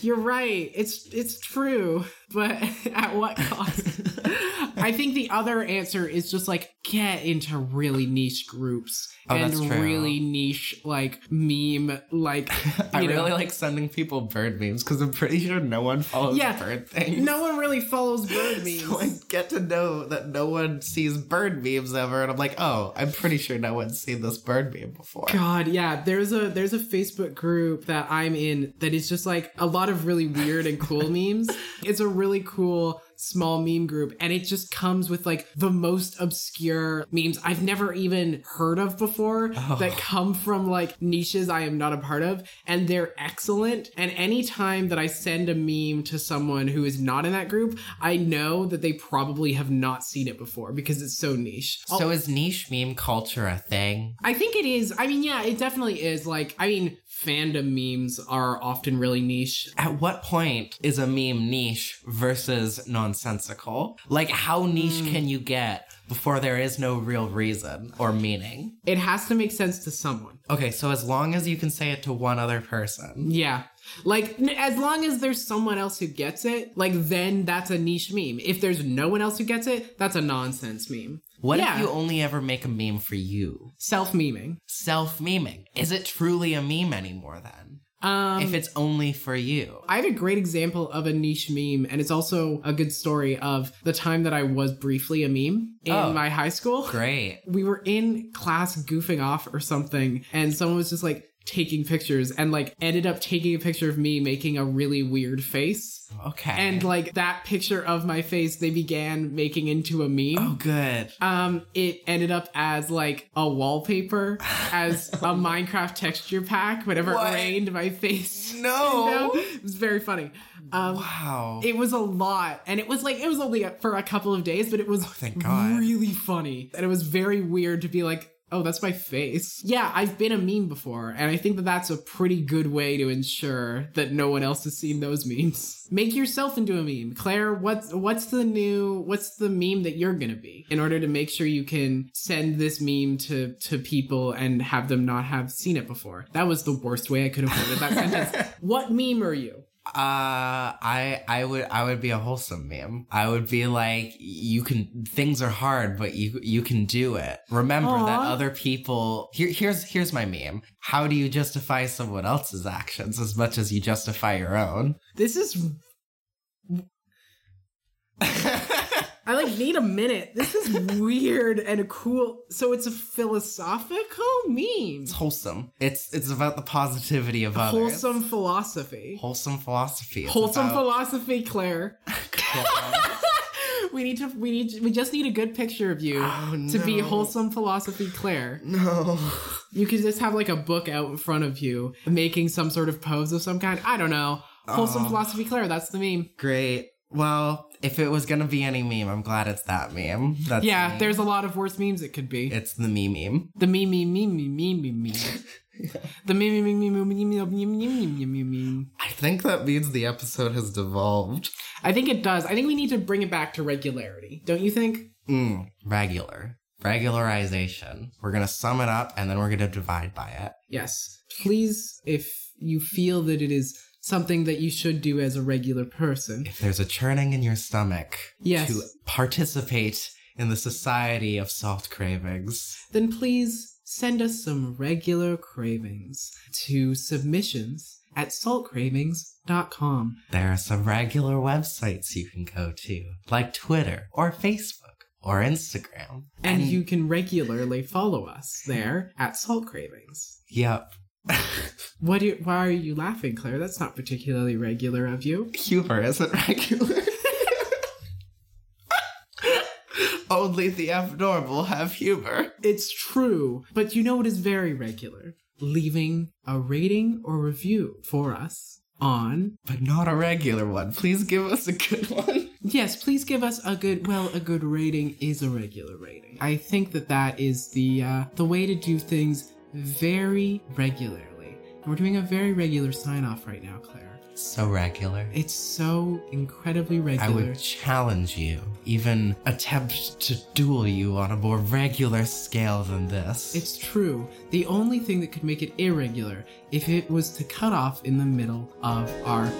Speaker 2: You're right. It's it's true, but at what cost? I think the other answer is just like get into really niche groups
Speaker 1: Oh,
Speaker 2: and
Speaker 1: that's true.
Speaker 2: really niche like meme like
Speaker 1: I
Speaker 2: you know.
Speaker 1: really like sending people bird memes because I'm pretty sure no one follows
Speaker 2: Yeah.
Speaker 1: bird things.
Speaker 2: no one really follows bird memes.
Speaker 1: So I get to know that no one sees bird memes ever, and I'm like, oh, I'm pretty sure no one's seen this bird meme before.
Speaker 2: God, yeah. There's a there's a Facebook group that I'm in that is just like a lot of really weird and cool memes. It's a really cool small meme group and it just comes with like the most obscure memes I've never even heard of before that come from like niches I am not a part of and they're excellent and anytime that I send a meme to someone who is not in that group I know that they probably have not seen it before because it's so niche. I'll-
Speaker 1: So is niche meme culture a thing?
Speaker 2: I think it is. I mean, yeah, it definitely is. Like, I mean, fandom memes are often really niche.
Speaker 1: At what point is a meme niche versus nonsensical? Like, how niche
Speaker 2: Hmm.
Speaker 1: can you get before there is no real reason or meaning?
Speaker 2: It has to make sense to someone.
Speaker 1: Okay, so as long as you can say it to one other person,
Speaker 2: Yeah. Like, n- as long as there's someone else who gets it, like, then that's a niche meme. If there's no one else who gets it, that's a nonsense meme.
Speaker 1: what
Speaker 2: Yeah.
Speaker 1: if you only ever make a meme for you?
Speaker 2: Self meming.
Speaker 1: self meming. Is it truly a meme anymore then?
Speaker 2: Um,
Speaker 1: if it's only for you.
Speaker 2: I have a great example of a niche meme, and it's also a good story of the time that I was briefly a meme in
Speaker 1: Oh.
Speaker 2: my high school.
Speaker 1: Great.
Speaker 2: we were in class goofing off or something, and someone was just like taking pictures and like ended up taking a picture of me making a really weird face.
Speaker 1: Okay.
Speaker 2: And like that picture of my face, they began making into a meme.
Speaker 1: oh, good.
Speaker 2: Um, it ended up as like a wallpaper, as a Minecraft texture pack. Whenever
Speaker 1: What?
Speaker 2: it rained, my face.
Speaker 1: No.
Speaker 2: it was very funny. Um,
Speaker 1: Wow.
Speaker 2: it was a lot, and it was like it was only for a couple of days, but it was
Speaker 1: Oh, thank God.
Speaker 2: really funny, and it was very weird to be like, "Oh, that's my face." Yeah, I've been a meme before, and I think that that's a pretty good way to ensure that no one else has seen those memes. Make yourself into a meme, Claire. What's what's the new what's the meme that you're gonna be in order to make sure you can send this meme to to people and have them not have seen it before? That was the worst way I could have worded that sentence. What meme are you?
Speaker 1: Uh, I I would I would be a wholesome meme. I would be like, you can things are hard, but you you can do it. Remember that
Speaker 2: Aw.
Speaker 1: other people. Here here's here's my meme. How do you justify someone else's actions as much as you justify your own?
Speaker 2: This is I like need a minute. This is weird and cool. So it's a philosophical meme.
Speaker 1: it's wholesome. It's it's about the positivity of others.
Speaker 2: Wholesome philosophy.
Speaker 1: wholesome philosophy. It's
Speaker 2: Wholesome
Speaker 1: about-
Speaker 2: philosophy, Claire. we need to we need we just need a good picture of you
Speaker 1: Oh,
Speaker 2: to be
Speaker 1: no.
Speaker 2: wholesome philosophy Claire.
Speaker 1: No.
Speaker 2: You could just have like a book out in front of you making some sort of pose of some kind. I don't know. Wholesome
Speaker 1: Oh.
Speaker 2: philosophy Claire, that's the meme.
Speaker 1: Great. Well, if it was gonna be any meme, I'm glad it's that meme. That's
Speaker 2: Yeah,
Speaker 1: me.
Speaker 2: there's a lot of worse memes it could be.
Speaker 1: It's the meme meme.
Speaker 2: the meme meme meme meme meme meme. The me me me me me me me me me me me me.
Speaker 1: I think that means the episode has devolved.
Speaker 2: I think it does. I think we need to bring it back to regularity, don't you think?
Speaker 1: Mm, regular. Regularization. We're going to sum it up and then we're going to divide by it.
Speaker 2: Yes. Please, if you feel that it is something that you should do as a regular person,
Speaker 1: If there's a churning in your stomach
Speaker 2: Yes.
Speaker 1: to participate in the society of salt cravings,
Speaker 2: then please send us some regular cravings to submissions at saltcravings.com.
Speaker 1: there are some regular websites you can go to, like Twitter or Facebook or Instagram.
Speaker 2: And you can regularly follow us there at Salt Cravings.
Speaker 1: Yep.
Speaker 2: What do, why are you laughing, Claire? That's not particularly regular of you.
Speaker 1: Humor isn't regular. Only the abnormal have humor.
Speaker 2: It's true, but you know what is very regular? Leaving a rating or review for us on.
Speaker 1: but not a regular one. Please give us a good one.
Speaker 2: Yes, please give us a good. Well, a good rating is a regular rating. I think that that is the uh, the way to do things very regularly. And we're doing a very regular sign off right now, Claire.
Speaker 1: So regular.
Speaker 2: It's so incredibly
Speaker 1: I
Speaker 2: regular.
Speaker 1: would challenge you, even attempt to duel you on a more regular scale than this.
Speaker 2: It's true. The only thing that could make it irregular if it was to cut off in the middle of our